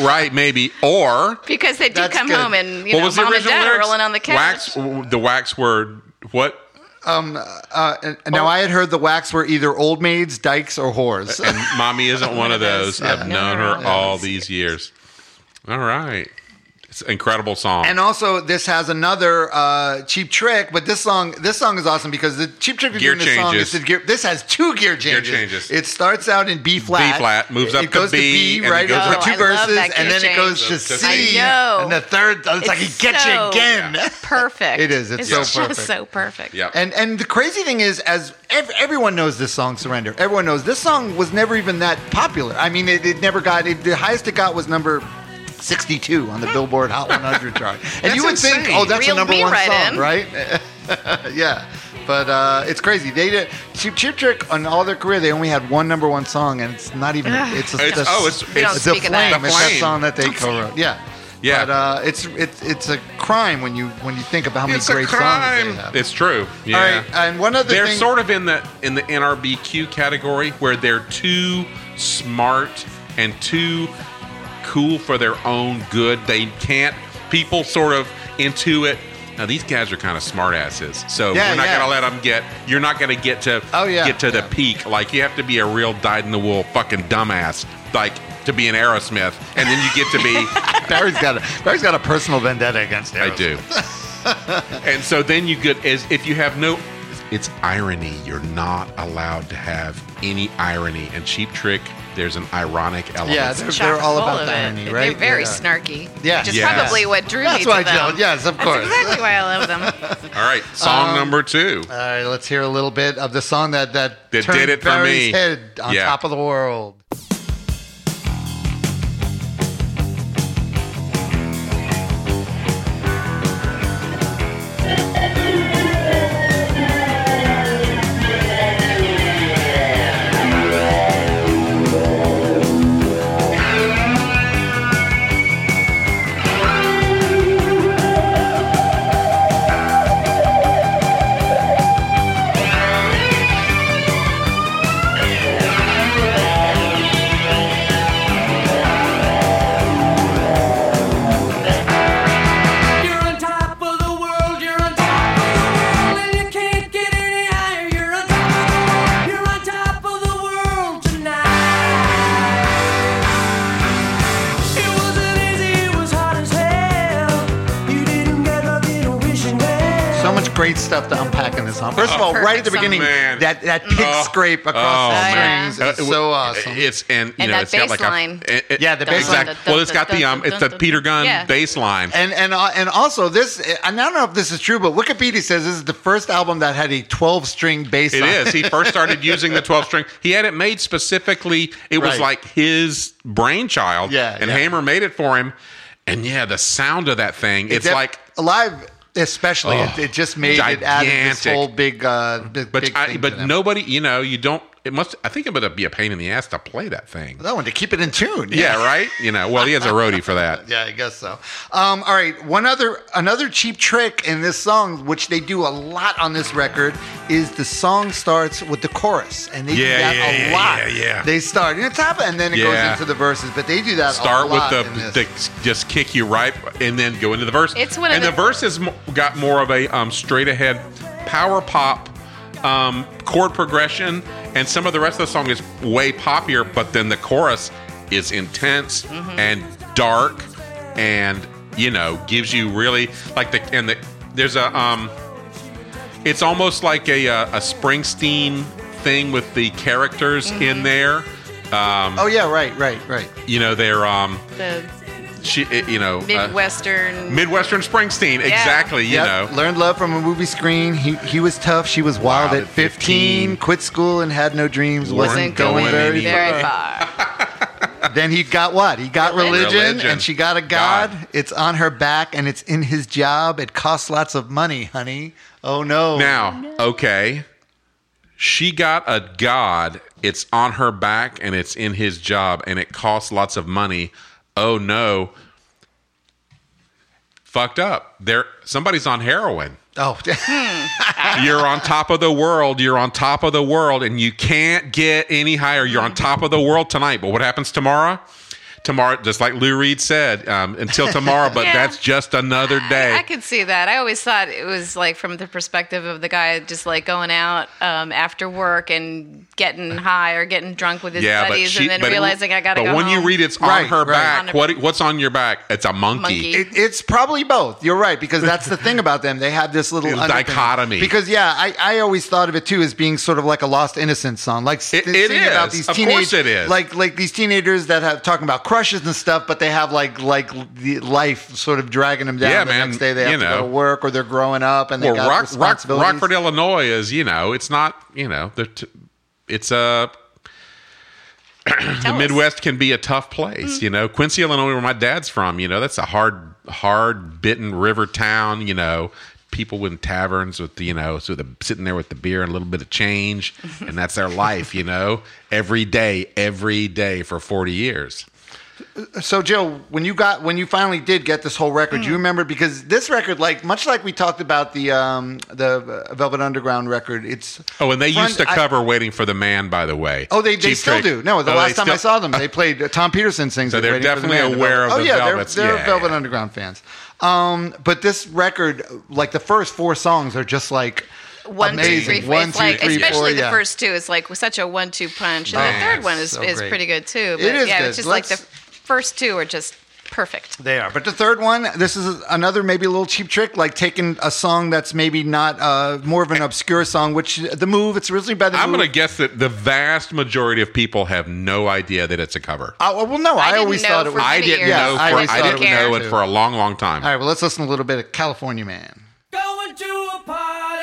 F: right, maybe. Or
G: because they do
H: That's
G: come
H: good.
G: home and you
F: what
G: know
F: was the
G: mom and
F: original
G: dad are
F: lyrics?
G: rolling on the couch.
F: Wax the wax word what?
H: Uh, and- and now I had heard the wax were either old maids, dykes, or whores.
F: And mommy isn't one
G: <laughs>
F: of those.
G: Yeah.
F: I've
G: No,
F: known
G: no,
F: her
G: no.
F: all these years. All right. It's an incredible song.
H: And also, this has another uh, cheap trick, but this song, this song is awesome because the cheap trick
F: Gear
H: in this song
F: changes.
H: is the gear, this has two gear changes.
F: changes.
H: It starts out in B flat,
F: B-flat, moves up
H: it
F: to
H: goes
F: B, and
H: to B,
F: it
H: right? It
F: goes
H: goes
F: up
H: for
F: to-
H: two
G: Oh, I love
H: verses,
G: that
H: and
G: gear
H: then it goes
F: change.
H: to
F: I
H: C,
G: know.
H: and the third, it's, like he gets
G: so
H: you again. <laughs>
G: perfect.
H: It is. It's so
G: just
H: perfect.
G: so perfect.
F: yep.
H: And and the crazy thing is, as ev- everyone knows this song, "Surrender." Everyone knows this song was never even that popular. I mean, it, it never got it, the highest it got was number. 62 on the Billboard Hot 100 chart. And you
F: <laughs>
H: would
F: That's
H: think,
F: insane.
H: oh, that's
G: Reeled
H: a number
G: me
H: one
G: right
H: song,
G: in.
H: right? <laughs> yeah. But uh, it's crazy. They did Cheap Chip Trick on all their career, they only had one number one song, and it's not even. It's a,
F: It's-
H: a-
F: oh, it's-
G: We don't
H: it's a
G: speak of that.
H: flame. It's that
F: Flame.
H: song that they co-wrote. Yeah.
F: Yeah.
H: But uh, it's it's it's a crime when you when you think about how many
F: it's
H: great
F: a crime.
H: songs they have.
F: It's true. Yeah.
H: All right, and one other
F: they're
H: uh, thing.
F: sort of in the in the NRBQ category where they're too smart and too cool for their own good. They can't. People sort of intuit. Now these guys are kind of smartasses, so
H: Yeah,
F: we're not
H: yeah.
F: gonna let them get. You're not gonna get to.
H: Oh, yeah,
F: get to
H: yeah.
F: the peak. Like you have to be a real dyed in the wool fucking dumbass, like to be an Aerosmith, and then you get to
H: <laughs>
F: be.
H: <laughs> Barry's got a Barry's got a personal vendetta against Aerosmith.
F: I do. and so then you get is if you have no it's irony. You're not allowed to have any irony. And Cheap Trick, there's an ironic element.
H: Yeah, they're, they're
G: Chock
H: all
G: full
H: about
G: of
H: the
G: it.
H: irony, right?
G: They're very
H: Yeah.
G: snarky.
H: Yeah.
G: Which is
F: Yes.
G: probably what drew me
H: That's
G: to
H: why,
G: them.
H: Jill. Yes, of course.
G: That's exactly why I love them.
F: All right, song
H: Um,
F: number two.
H: All right, let's hear a little bit of the song that that,
F: That
H: turned
F: did it for
H: Barry's
F: me.
H: head on
F: Yeah.
H: top of the world.
I: Thank
H: great stuff to unpack in this song. First of all, right at the
G: Oh, Perfect song.
H: beginning,
F: Man.
H: that that pick
F: Oh.
H: scrape across
F: Oh,
H: the
G: man.
H: strings is so awesome.
F: It's and you
G: And
F: know
G: that
F: it's got
G: bass
F: like
G: line.
F: a it- it-
H: Yeah, the Dun, bass
F: exactly.
G: dun, dun,
F: Well, it's got
G: dun,
F: the
G: dun,
F: um,
G: dun,
F: it's the
G: dun,
F: Peter Gunn
G: yeah.
F: bass line.
H: And and uh, and also this, and I don't know if this is true, but Wikipedia says this is the first album that had a 12 string bass.
F: It
H: line.
F: is. He first started using the 12 string. He had it made specifically. It was
H: Right.
F: like his brainchild.
H: Yeah,
F: And
H: yeah.
F: Hammer made it for him. And yeah, the sound of that thing, it's
H: Def-
F: like.
H: live, especially.
F: Oh,
H: it, it just made it added this
F: gigantic.
H: whole big, uh, big,
F: But
H: big
F: I,
H: thing to
F: but
H: them.
F: nobody, you know, you don't. It must. I think it would be a pain in the ass to play that thing.
H: that one to keep it in tune.
F: Yeah, right. You know. Well, he has a roadie for
H: <laughs>
F: that.
H: Yeah, I guess so. Um, all right, one other another cheap trick in this song, which they do a lot on this record, is the song starts with the chorus, and they
F: Yeah,
H: do that
F: yeah,
H: a
F: yeah,
H: lot.
F: yeah, yeah.
H: They start at the top, and then it
F: Yeah.
H: goes into the verses, but they do that.
F: Start
H: a lot
F: with
H: in this.
F: the, the just kick you right, and then go into the verse.
G: It's one of
F: and
G: the-
F: the, verse has mo- got more of a um, straight ahead power pop um, chord progression, and some of the rest of the song is way poppier. But then the chorus is intense
G: Mm-hmm.
F: and dark, and you know gives you really like the and the there's a um, it's almost like a uh, a, a Springsteen thing with the characters
G: Mm-hmm.
F: in there. Um,
H: oh yeah, right, right, right.
F: you know they're um,
G: The
H: <laughs>
F: she, it, you know, uh,
G: Midwestern.
F: Midwestern Springsteen, exactly. You
H: Yep,
F: know,
H: learned love from a movie screen. He he was tough. She was wild, at 15, Quit school and had no dreams. Wasn't,
G: wasn't
H: going, very
G: very
H: far.
G: far.
H: Then he got what? He got religion,
G: Religion.
H: and she got a god. It's on her back and it's in his job. It costs lots of money, honey. Oh no.
F: now okay, she got a god. It's on her back, and it's in his job, and it costs lots of money. Oh no, fucked up. There, somebody's on
G: <laughs>
F: heroin.
H: Oh, <laughs>
F: You're on top of the world. You're on top of the world, and you can't get any higher. You're on top of the world tonight. But what happens tomorrow? Tomorrow, just like Lou Reed said, um, until tomorrow, but
G: <laughs> Yeah.
F: that's just another day.
G: I could see that. I always thought it was like from the perspective of the guy just like going out um, after work and getting high or getting drunk with his buddies and then
F: but it-
G: realizing I gotta
F: but
G: go
F: when
G: home.
F: you read it's
H: Right,
F: on her
H: right.
G: On
F: back,
G: her-
F: what what's on your back? It's a monkey.
G: Monkey.
H: it, it's probably both. You're right because that's the thing about them. They
F: <laughs>
H: have this little
F: It's
H: underpinning.
F: dichotomy.
H: Because yeah, I, I always thought of it too as being sort of like a lost innocence song. Like s-
F: It- it
H: singing about
F: is.
H: these
F: Of
H: teenage,
F: course it is.
H: Like like these teenagers that have talking about crushes and stuff, but they have like like the life sort of dragging them down.
F: Yeah,
H: the
F: man,
H: Next day they have
F: you
H: to
F: know.
H: go to work or they're growing up and they
F: Well,
H: got
F: Rock, Rock,
H: responsibilities.
F: Rockford, Illinois is you know it's not you know they're t- it's a <clears throat>
G: Tell
F: the
G: us. Mm-hmm.
F: Midwest can be a tough place. You know, Quincy, Illinois, where my dad's from. You know, that's a hard, hard bitten river town. You know, people in taverns with you know, so the sitting there with the beer and a little bit of change, and that's
G: <laughs>
F: their life. You know, every day, every day for forty years.
H: So, Joe, when you got when you finally did get this whole
F: Hmm.
H: record, you remember because this record, like much like we talked about the um, the Velvet Underground record, it's
F: Oh, and they
H: front-
F: used to
H: I-
F: cover "Waiting for the Man." By the way,
H: oh, they, they
F: Cheap
H: still
F: Trick.
H: do. No, the
F: Oh, they
H: last time I
F: still-
H: saw them, they played uh, Tom Peterson sings.
F: So
H: it,
F: they're
H: Waiting for the
F: definitely
H: Man,
F: aware of
H: Velvet-
F: the
H: oh yeah,
F: Velvets.
H: they're, they're
F: Yeah,
H: Velvet
F: yeah.
H: Underground fans. Um, but this record, like the first four songs, are just like
G: one, two, three,
H: amazing.
G: four.
H: One,
G: it's
H: two,
G: like,
H: three,
G: especially
H: four,
G: the
H: yeah. Oh,
G: first two is like such a one two punch. And the
F: Yeah,
G: third one is,
H: so
G: is
H: great.
G: pretty good too.
H: It
G: But
H: is
G: yeah,
H: good.
G: it's just like
H: Let's-
G: the first two are just perfect.
H: They are. But the third one, this is another maybe a little cheap trick, like taking a song that's maybe not uh, more of an obscure song, which uh, the move, it's originally by the
F: I'm
H: move.
F: going to guess that the vast majority of people have no idea that it's a cover.
H: Oh, well, no, I,
G: didn't
H: always
G: know
H: thought it
G: for
H: was.
G: many
F: I didn't
G: years.
H: Yeah,
F: know.
H: I
F: For,
H: always
F: I,
H: thought
F: didn't
H: it was
F: know
H: a
F: it
H: cover.
F: for a long, long time.
H: All right, well, let's listen to a little bit of California Man.
I: Going to a party.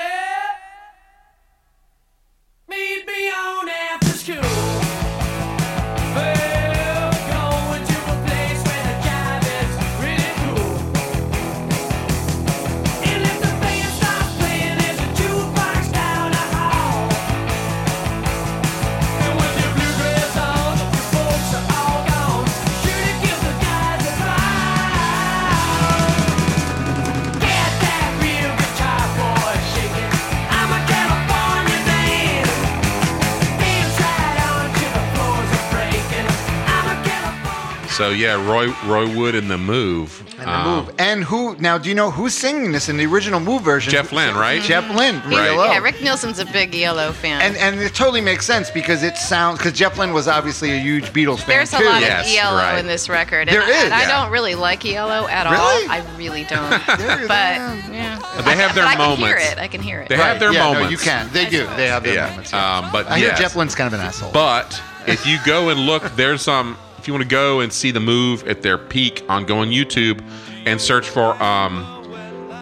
I: Meet me on after school. Well, going to a place where the jive is really cool. And if the band stops playing, there's a jukebox down the hall. And with your bluegrass on, your folks are all gone. Sure to give the guys a ride. Get that
F: So yeah, Roy Roy Wood in the move.
H: And the
F: Um,
H: move. And who now? Do you know who's singing this in the original move version?
F: Jeff Lynne, right?
H: Jeff Lynne. from
F: Right.
H: ELO.
G: Yeah, Rick Nielsen's a big ELO fan.
H: And and it totally makes sense because it sounds because Jeff Lynne was obviously a huge Beatles fan
G: There's a
H: too.
G: lot
F: Yes,
G: of ELO
F: right.
G: in this record. And
H: There
G: I,
H: is,
G: and I
H: yeah.
G: don't really like ELO at
H: Really?
G: all. I really don't.
H: <laughs>
G: but
H: There-
G: yeah,
F: um, They
G: I-
F: have their
G: but I can hear
F: moments.
G: it. I can hear it.
F: They have their
H: yeah,
F: moments.
H: No, you can. They do. They have their
F: yeah.
H: moments. Yeah.
F: Um, but
H: I hear
F: yes.
H: Jeff Lynne's kind of an asshole.
F: But if you go and look, there's um. If you want to go and see the move at their peak on go on YouTube and search for um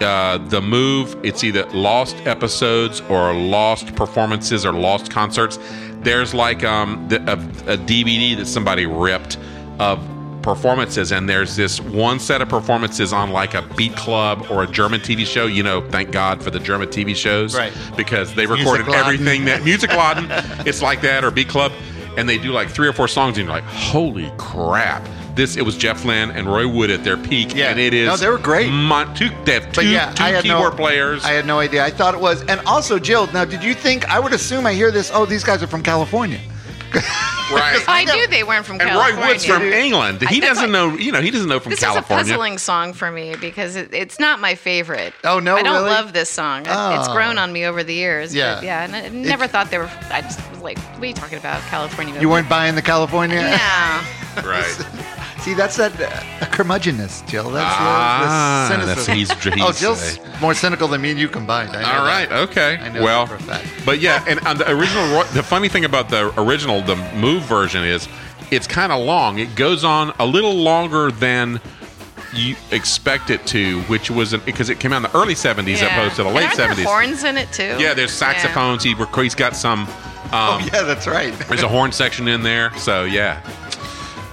F: uh, the move, it's either lost episodes or lost performances or lost concerts. There's like um the, a, a DVD that somebody ripped of performances and there's this one set of performances on like a beat club or a German TV show you know thank God for the German TV shows
H: Right.
F: because they recorded
H: Music Laden.
F: everything thing that music laden it's like that or b club and they do like three or four songs and you're like holy crap this it was jeff lynne and roy wood at their peak
H: Yeah.
F: and it is
H: No, they were great.
F: mon- two, they have two,
H: But yeah,
F: two
H: I had
F: keyboard
H: no,
F: players
H: I had no idea. I thought it was. And also, Jill. Now, did you think? I would assume. I hear this. Oh, these guys are from California. <laughs>
F: right
G: I knew they weren't from
F: and
G: California.
F: roy wood's from england he
G: I- that's
F: doesn't
G: why-
F: know you know he doesn't know from
G: This
F: california
G: is a puzzling song for me because it, it's not my favorite.
H: Oh, no,
G: I don't
H: really?
G: love this song. It- It's
H: Oh.
F: Ah.
G: grown on me over the years.
H: Yeah.
G: but yeah. And I never thought they were. I just was like, what are you talking about, California?
H: You weren't buying the
F: <laughs>
H: California.
G: Yeah.
H: <laughs>
F: right
H: See, that's that uh, curmudgeonness, Jill. That's
F: Ah,
H: the, the
F: that's
H: cynicism.
F: what he's-
H: oh,
F: he's
H: Jill's
F: saying.
H: more cynical than me and you combined. I know
F: All
H: that.
F: right. Okay.
H: I know
F: well,
H: that for a fact.
F: but yeah, and on the original, Roy- the funny thing about the original, the move version is it's kind of long. It goes on a little longer than you expect it to, which was an, because it came out in the early '70s
G: yeah.
F: opposed to the
G: And
F: late
G: aren't there
F: '70s.
G: horns in it too.
F: Yeah, there's saxophones. He rec- he's got some. Um,
H: Oh, yeah, that's
F: <laughs>
H: right.
F: There's a horn section in there. So yeah,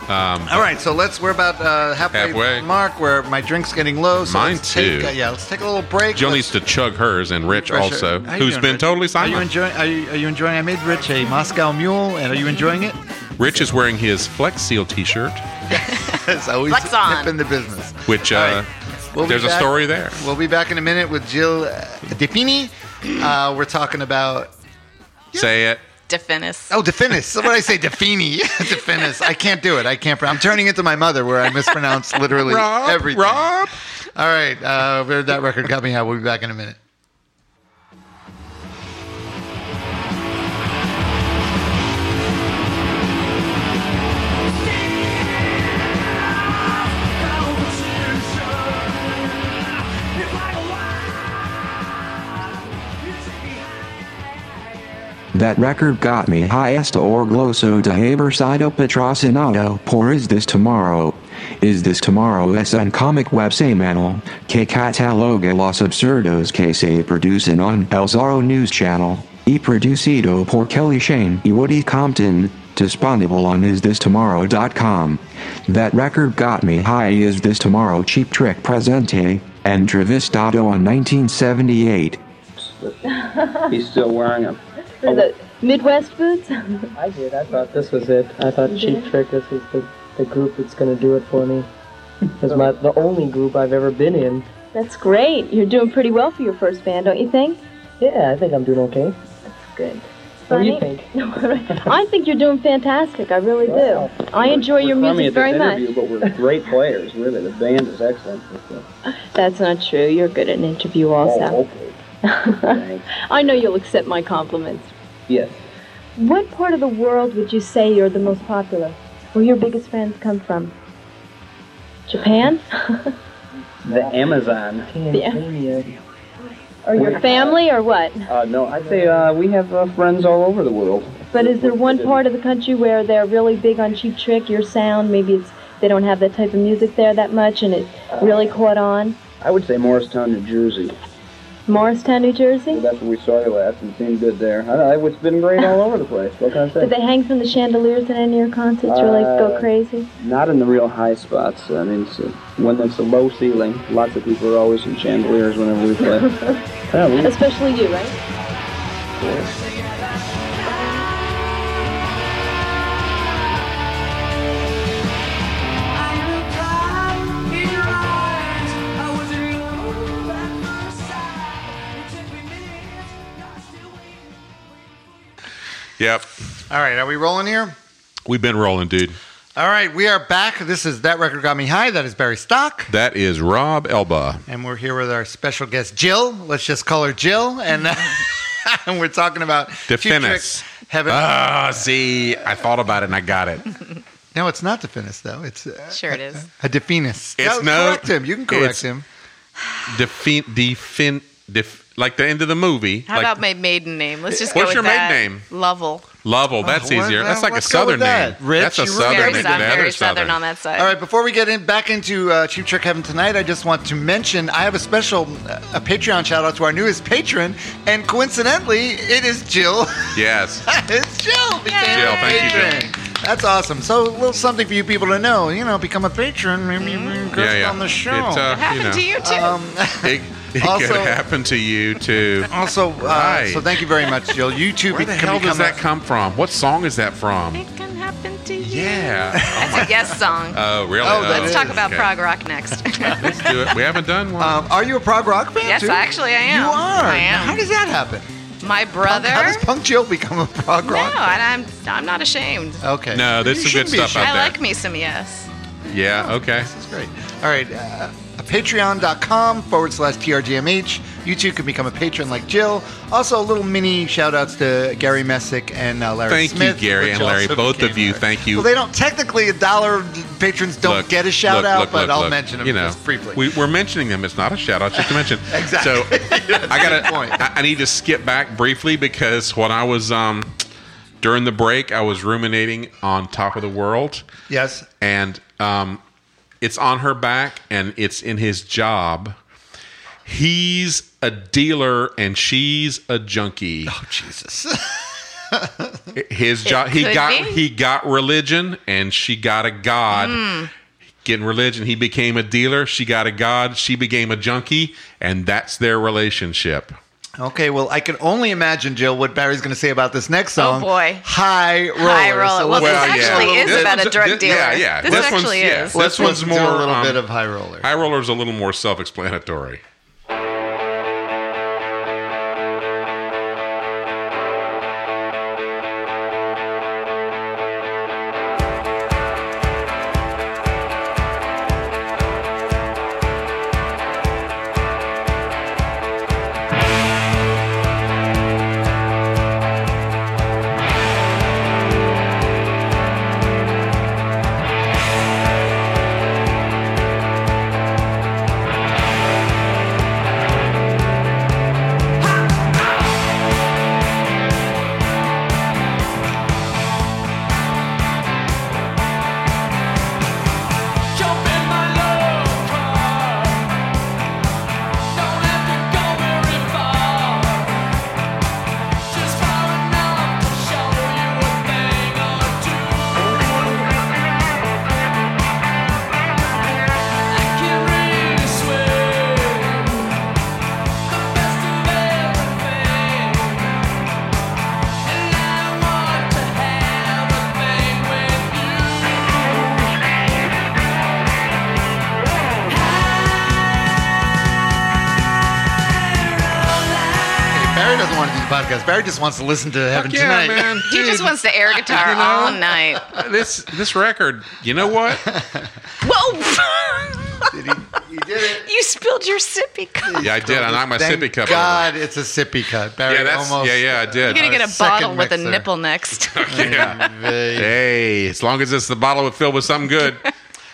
H: All right, so let's. We're about uh, halfway,
F: Halfway.
H: mark where my drink's getting low. So
F: Mine
H: let's take
F: too.
H: a- yeah, let's take a little break.
F: Jill needs
H: Let's
F: to chug hers, and Rich
H: refresh
F: also,
H: our- How you
F: who's
H: doing,
F: been
H: Rich?
F: totally
H: Are you
F: silent.
H: enjoying? Are you, are you enjoying? I made Rich a Moscow Mule, and are you
F: <laughs>
H: enjoying it?
F: Rich is wearing his Flex Seal T-shirt,
H: It's always
G: Flex on.
H: in the business.
F: which
H: All
F: uh,
H: right. We'll be
F: there's a
H: back.
F: story there.
H: We'll be back in a minute with Jill uh, DeFini. Uh, we're talking about
F: Say it.
G: Definis.
H: oh DeFinis. What did I say? <laughs> DeFini. DeFinis. I can't do it. I can't. pr- I'm turning into my mother, where I mispronounce literally
F: Rob,
H: everything.
F: Rob.
H: All right, uh, where that record got me out. We'll be back in a minute.
A: That record got me high as to orgloso de haversido patrocinado por is this tomorrow. Is this tomorrow es un comic web semanal que cataloga los absurdos que se producen on El Zorro News Channel y producido por Kelly Shane y Woody Compton disponible on isthistomorrow.com. That record got me high is this tomorrow cheap trick presente and Travisado on 1978.
B: He's still wearing them.
C: Or the Midwest boots? <laughs>
E: I did. I thought this was it. I thought Cheap Trick. This was the, the group that's gonna do it for me. It's my the only group I've ever been in.
C: That's great. You're doing pretty well for your first band, don't you think?
E: Yeah, I think I'm doing okay.
C: Good.
E: What do you
C: Funny.
E: think?
C: I think you're doing fantastic. I really do. I
B: We're
C: enjoy your
B: crummy
C: music
B: at this
C: very much.
B: interview, But we're great players, really. The band is
C: <laughs>
B: excellent.
C: That's not true. You're good at an interview also.
B: Oh, okay. Thanks.
C: <laughs> I know you'll accept my compliments.
B: Yes.
C: What part of the world would you say you're the most popular? Where your biggest fans come from? Japan?
B: The Amazon.
C: Or your family or what?
B: Uh, no, I'd say uh, we have uh, friends all over the world.
C: But is there one part of the country where they're really big on Cheap Trick, your sound? Maybe it's they don't have that type of music there that much and it really caught on?
B: I would say Morristown, New Jersey.
C: Morristown, New
B: Well,
C: Jersey?
B: that's where we started last and seemed good there. I, I, it's been great all over the place. What can I say?
C: Did they hang from the chandeliers at any of your concerts? Really go
B: Uh,
C: crazy?
B: Not in the real high spots. I mean, it's a, when there's a low ceiling, lots of people are always in chandeliers whenever we play. yeah, we,
C: Especially you, right?
F: Yep.
H: All right, are we rolling here?
F: We've been rolling, dude.
H: All right, we are back. This is That Record Got Me High. That is Barry Stock.
F: That is Rob Elba.
H: And we're here with our special guest, Jill. Let's just call her Jill. And, uh, <laughs> and we're talking about Cheap Trick,
F: Defenis.
H: Heaven.
F: Ah, see, I thought about it and I got it.
H: no, it's not Defenis, though. It's uh,
G: Sure it is.
H: a Defenis.
F: It's no-
H: Correct him. You can
F: it's-
H: correct him.
F: Defin, defin, def, like the end of the movie.
G: How
F: like
G: about my maiden name? Let's just go
F: What's
G: with
F: your maiden
G: that.
F: name?
G: Lovell.
F: Lovell. That's
H: Oh, what-
F: easier. That's like a
H: let's go with
F: southern name.
H: that. Rich,
F: That's a
H: you were
F: southern
H: Very
G: Very
F: name.
G: southern,
H: southern,
G: very southern on that side.
H: All right, before we get in back into uh, Cheap Trick Heaven tonight, I just want to mention I have a special uh, a Patreon shout out to our newest patron, and coincidentally, it is Jill. <laughs>
F: Yes.
H: it's Jill. became
F: Jill,
H: a
F: thank you, Jill.
H: patron. That's awesome. So a little something for you people to know. You know, become a patron, maybe
G: Mm-hmm.
H: mm
F: Yeah, yeah.
H: on the show.
F: It, uh,
G: It happened
F: you know, Um,
G: to you too.
F: It, it could
H: Also-
F: happen to you too.
H: also, uh,
F: Right.
H: so thank you very much, Jill. You too
F: Where
H: be-
F: the
H: can
F: hell
H: become
F: does that
H: a-
F: come from? What song is that from?
G: it can happen to you.
F: Yeah.
G: That's a yes song.
F: Oh, really?
H: Oh, that
G: Let's
H: is.
G: talk about
F: okay.
G: prog rock next.
F: Let's do it. We haven't done one.
H: Um, are you a prog rock fan?
G: Yes,
H: too?
G: actually, I am.
H: You are.
G: I am.
H: Now, How does that happen?
G: My brother.
H: How does Punk Jill become a prog
G: no,
H: rock?
G: and I'm I'm not ashamed.
H: Okay.
F: No, there's
H: You
F: some good
H: shouldn't be
F: stuff
H: ashamed.
F: out
G: I
F: there.
G: like me some yes.
F: yeah. Okay.
H: This is great. All right. Uh, patreon.com forward slash TRGMH. You too can become a patron like Jill. Also, little mini shout outs to Gary Messick and uh, Larry
F: Thank you,
H: Smith.
F: Gary
H: which
F: and Larry.
H: also
F: Both
H: became
F: of you,
H: our-
F: thank you.
H: Well, they don't technically, a dollar patrons don't
F: Look,
H: get a shout
F: look,
H: out,
F: look,
H: but
F: look,
H: I'll
F: look.
H: mention them
F: You know,
H: just briefly.
F: We, we're mentioning them. It's not a shout out, just a
H: <laughs>
F: mention.
H: Exactly.
F: So I
H: a good
F: gotta.
H: point.
F: I, I need to skip back briefly because when I was um, during the break, I was ruminating on Top of the World,
H: yes.
F: and um, it's on her back, and it's in his job. He's a dealer, and she's a junkie.
H: Oh,
F: <laughs>
H: Jesus.
F: his job he
G: could
F: got
G: be.
F: he got religion and she got a god
G: Hmm.
F: getting religion he became a dealer she got a god she became a junkie and that's their relationship
H: Okay, well, I can only imagine, Jill, what Barry's going to say about this next song.
G: Oh, boy.
H: High roller.
G: High roller.
H: So let's
G: Well, this
H: listen to a
G: actually
H: little
G: is
H: bit.
G: about a
F: one's-
G: drug
F: thi-
G: dealer.
F: Yeah, yeah.
G: This
F: one's-
G: actually
F: yeah,
G: is.
H: Let's
F: this one's
H: listen to
F: more
H: a little
F: um,
H: bit of high roller.
F: High roller's a little more self-explanatory.
I: Jump in my love car. Don't have to go very far. Just far enough to show you a thing or two. I can really swim. The best of everything. And I want to have a thing with you.
H: Hey, Barry doesn't want to do the podcast. Barry just wants to listen to Heaven Tonight.
G: He just wants the air guitar
F: You know?
G: all night.
H: <laughs>
F: This this record, you know what?
G: Whoa!
H: He did it.
G: you spilled your sippy cup.
F: Yeah, I did. I knocked my
H: Thank
F: sippy cup.
H: God, it's a sippy cup. Barry
F: Over. Yeah, that's
H: almost.
F: yeah, yeah. I did.
G: You're gonna
H: Our
G: get a
H: second
G: bottle with a
H: mixer.
G: nipple next.
F: yeah. Hey, as long as it's the bottle was filled with something
H: <laughs>
F: good.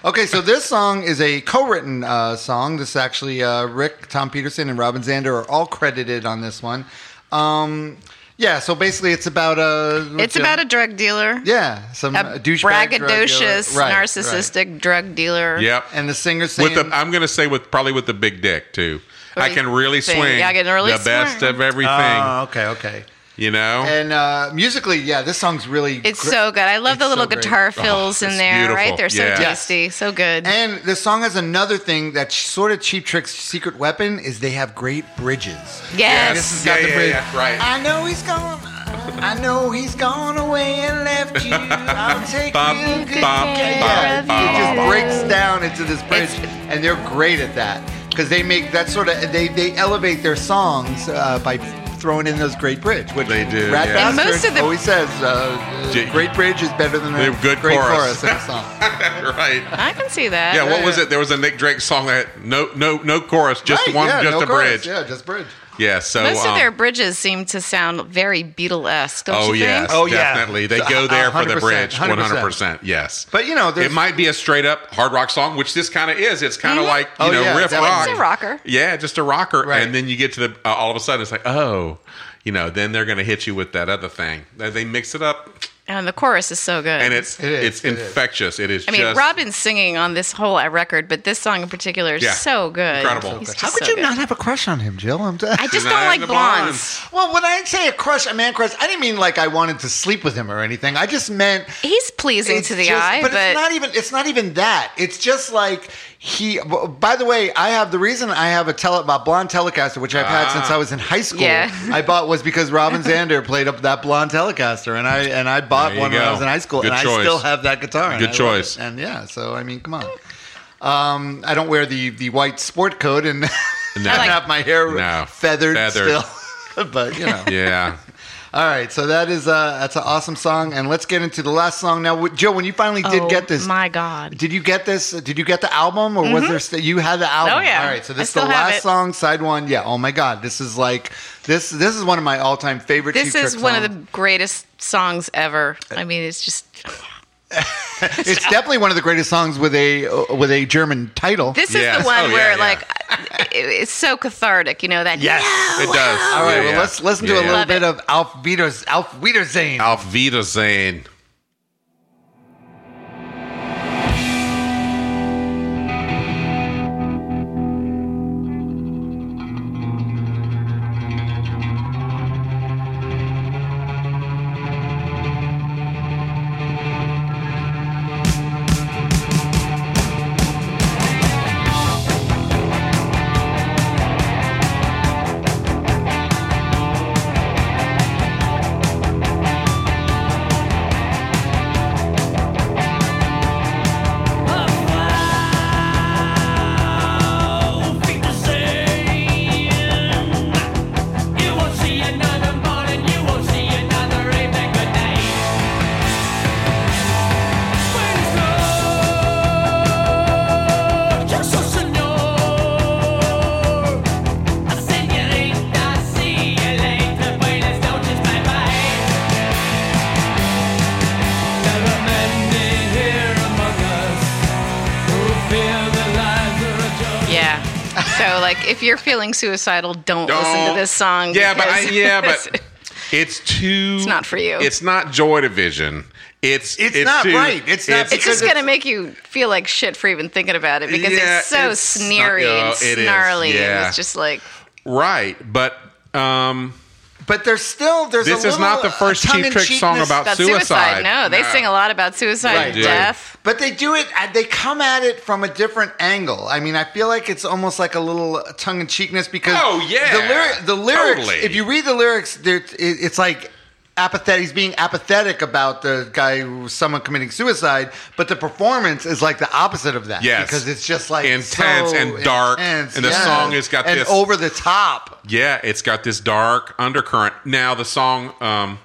H: Okay, so this song is a co-written uh, song. This is actually uh, Rick, Tom Peterson, and Robin Zander are all credited on this one. Um, yeah, so basically, it's about a.
G: it's about a drug dealer.
H: yeah, some uh,
G: A
H: douchebag drug dealer.
G: braggadocious,
H: Right, right.
G: narcissistic drug dealer.
F: Yep.
H: And the singer singing.
F: with the, I'm going to say with probably with the big dick too. I can really
G: Thing.
F: swing.
G: Yeah, I can really
F: the best
G: swing.
F: of everything.
H: oh, okay, okay.
F: you know,
H: And uh, musically, yeah, this song's really.
G: It's
H: gr-
G: so good. I love the
H: It's
G: little
H: so great.
G: guitar fills
F: Oh,
G: in
F: it's
G: there, right?
F: beautiful.
G: They're so
F: Yeah.
H: Yes.
G: tasty, so good.
H: And the song has another thing that sort of Cheap Trick's secret weapon is they have great bridges.
G: Yes.
H: This has got
F: Yeah,
H: the
F: yeah,
H: bridge.
F: yeah, right.
H: <laughs> I know he's gone. I know he's gone away and left
F: <laughs>
H: you. I'll take
F: Bop,
H: you good
F: bop,
H: care
F: bop,
H: of
F: bop,
H: you. It just
F: bop.
H: breaks down into this bridge,
G: It's-
H: and they're great at that because they make that sort of they they elevate their songs uh, by throwing in those Great Bridge, which
F: They do,
H: Rat
F: yeah.
G: And
H: Bastard
G: most of the-
H: always says, uh,
F: J-
H: uh, "Great Bridge is better than
F: They
H: a
F: have good
H: great
F: chorus.
H: chorus in a song."
F: right.
G: I can see that.
F: Yeah, what was
H: yeah.
F: it? There was a Nick Drake song that no no no chorus, <laughs> just
H: Right,
F: one
H: yeah,
F: just
H: no
F: a
H: chorus,
F: bridge.
H: Yeah, just bridge.
F: Yeah, so
G: Most of
F: um,
G: their bridges seem to sound very Beatle-esque, don't
F: Oh
G: you
F: yes,
G: think?
H: Oh, yeah.
F: definitely. They go there for the
H: 100%,
F: bridge, one
H: 100%.
F: hundred percent. Yes,
H: But, you know, there's-
F: it might be a straight up hard rock song, which this kind of is. It's kind of like you
H: Oh,
F: know
H: yeah,
F: riff
H: definitely.
F: rock.
G: It's Mm-hmm. a rocker.
F: Yeah, just a rocker,
H: Right.
F: and then you get to the uh, all of a sudden it's like oh, you know, then they're going to hit you with that other thing. They- They mix it up,
G: And the chorus is so good.
F: and it's
H: It is,
F: it's
H: it is.
F: infectious. It is.
G: I mean,
F: just
G: Robin's singing on this whole record, but this song in particular is
F: Yeah.
G: so good.
F: Incredible.
G: He's
H: How
G: just
H: could
G: so
H: you
G: good.
H: not have a crush on him, Jill? I'm <laughs>
G: I just
F: She's
G: don't
F: not
G: like
F: into
G: blondes.
H: well, when I say a crush, a man crush, I didn't mean like I wanted to sleep with him or anything. I just meant
G: He's pleasing to
H: It's
G: the
H: just-
G: eye,
H: but,
G: but,
H: it's not even it's not even that. It's just like he. b- By the way, I have the reason I have a tele my blonde Telecaster, which I've had
F: Ah.
H: since I was in high school.
G: Yeah.
H: I bought was because Robin Zander played up that blonde Telecaster, and I and I bought
F: There you
H: one when I
F: go.
H: was in high school,
F: Good
H: and I
F: choice.
H: still have that guitar. and
F: Good
H: I love
F: choice.
H: it. And yeah, so I mean, come on. Um, I don't wear the the white sport coat, and <laughs>
F: No.
H: I have my hair
F: No.
H: feathered,
F: Feathered.
H: still. <laughs> but you know,
F: Yeah.
H: all right, so that is uh, that's an awesome song, and let's get into the last song now. w- Joe, when you finally did
G: oh,
H: get this,
G: My God.
H: did you get this? Did you get the album, or was there st- you had the album?
G: Oh, yeah.
H: All right, so
G: I
H: this is the
G: still have
H: last
G: it.
H: song, side one. Yeah. Oh my God, this is like this. This is one of my all time favorite.
G: This
H: Cheap
G: is
H: Trick
G: one
H: songs.
G: of the greatest songs ever.
F: Uh,
G: I mean, it's just.
H: It's definitely one of the greatest songs with a uh, with a German title.
G: This is
F: Yes.
G: the one
F: Oh, yeah,
G: where,
F: yeah.
G: like, <laughs> it, it's so cathartic, you know, that.
H: Yes.
G: <laughs>
F: It does.
H: all right,
F: Yeah,
H: well
F: yeah.
H: let's listen to
F: Yeah,
H: a little
F: yeah.
G: Love
H: bit
G: it.
H: of Alf Wieder's Alf Wiedersehen.
F: Auf Wiedersehen.
G: Yeah. So, like, if you're feeling suicidal, don't, listen to this song.
F: Yeah, but I,
G: because
F: yeah, but it's too. It's
G: not for you.
F: It's not Joy Division. It's
H: It's not
F: too-
H: right. It's not
G: It's just going to make you feel like shit for even thinking about it because
F: Yeah,
G: it's so
F: it's not-
G: sneery
F: oh,
G: and
F: it is,
G: snarly. And
F: yeah.
G: it's just like,
F: right, but um,
H: But there's still there's
F: this
H: a
F: is
H: little,
F: not the
H: uh,
F: first Cheap Trick song
H: tongue-in-cheekness
F: about,
G: about suicide. No, they sing a lot about suicide
H: Right,
G: and
F: they do.
G: death.
H: But they do it. uh, They come at it from a different angle. I mean, I feel like it's almost like a little tongue in cheekness because
F: Oh, yeah.
H: the, lyri- the lyrics.
F: Totally.
H: If you read the lyrics, there- it- it's like apathetic. He's being apathetic about the guy, who- someone committing suicide. But the performance is like the opposite of that.
F: Yes.
H: because it's just like
F: Intense
H: so
F: and dark,
H: intense,
F: and the
H: yeah.
F: song has got
H: and
F: this-
H: over the top.
F: Yeah, it's got this dark undercurrent. Now the song um,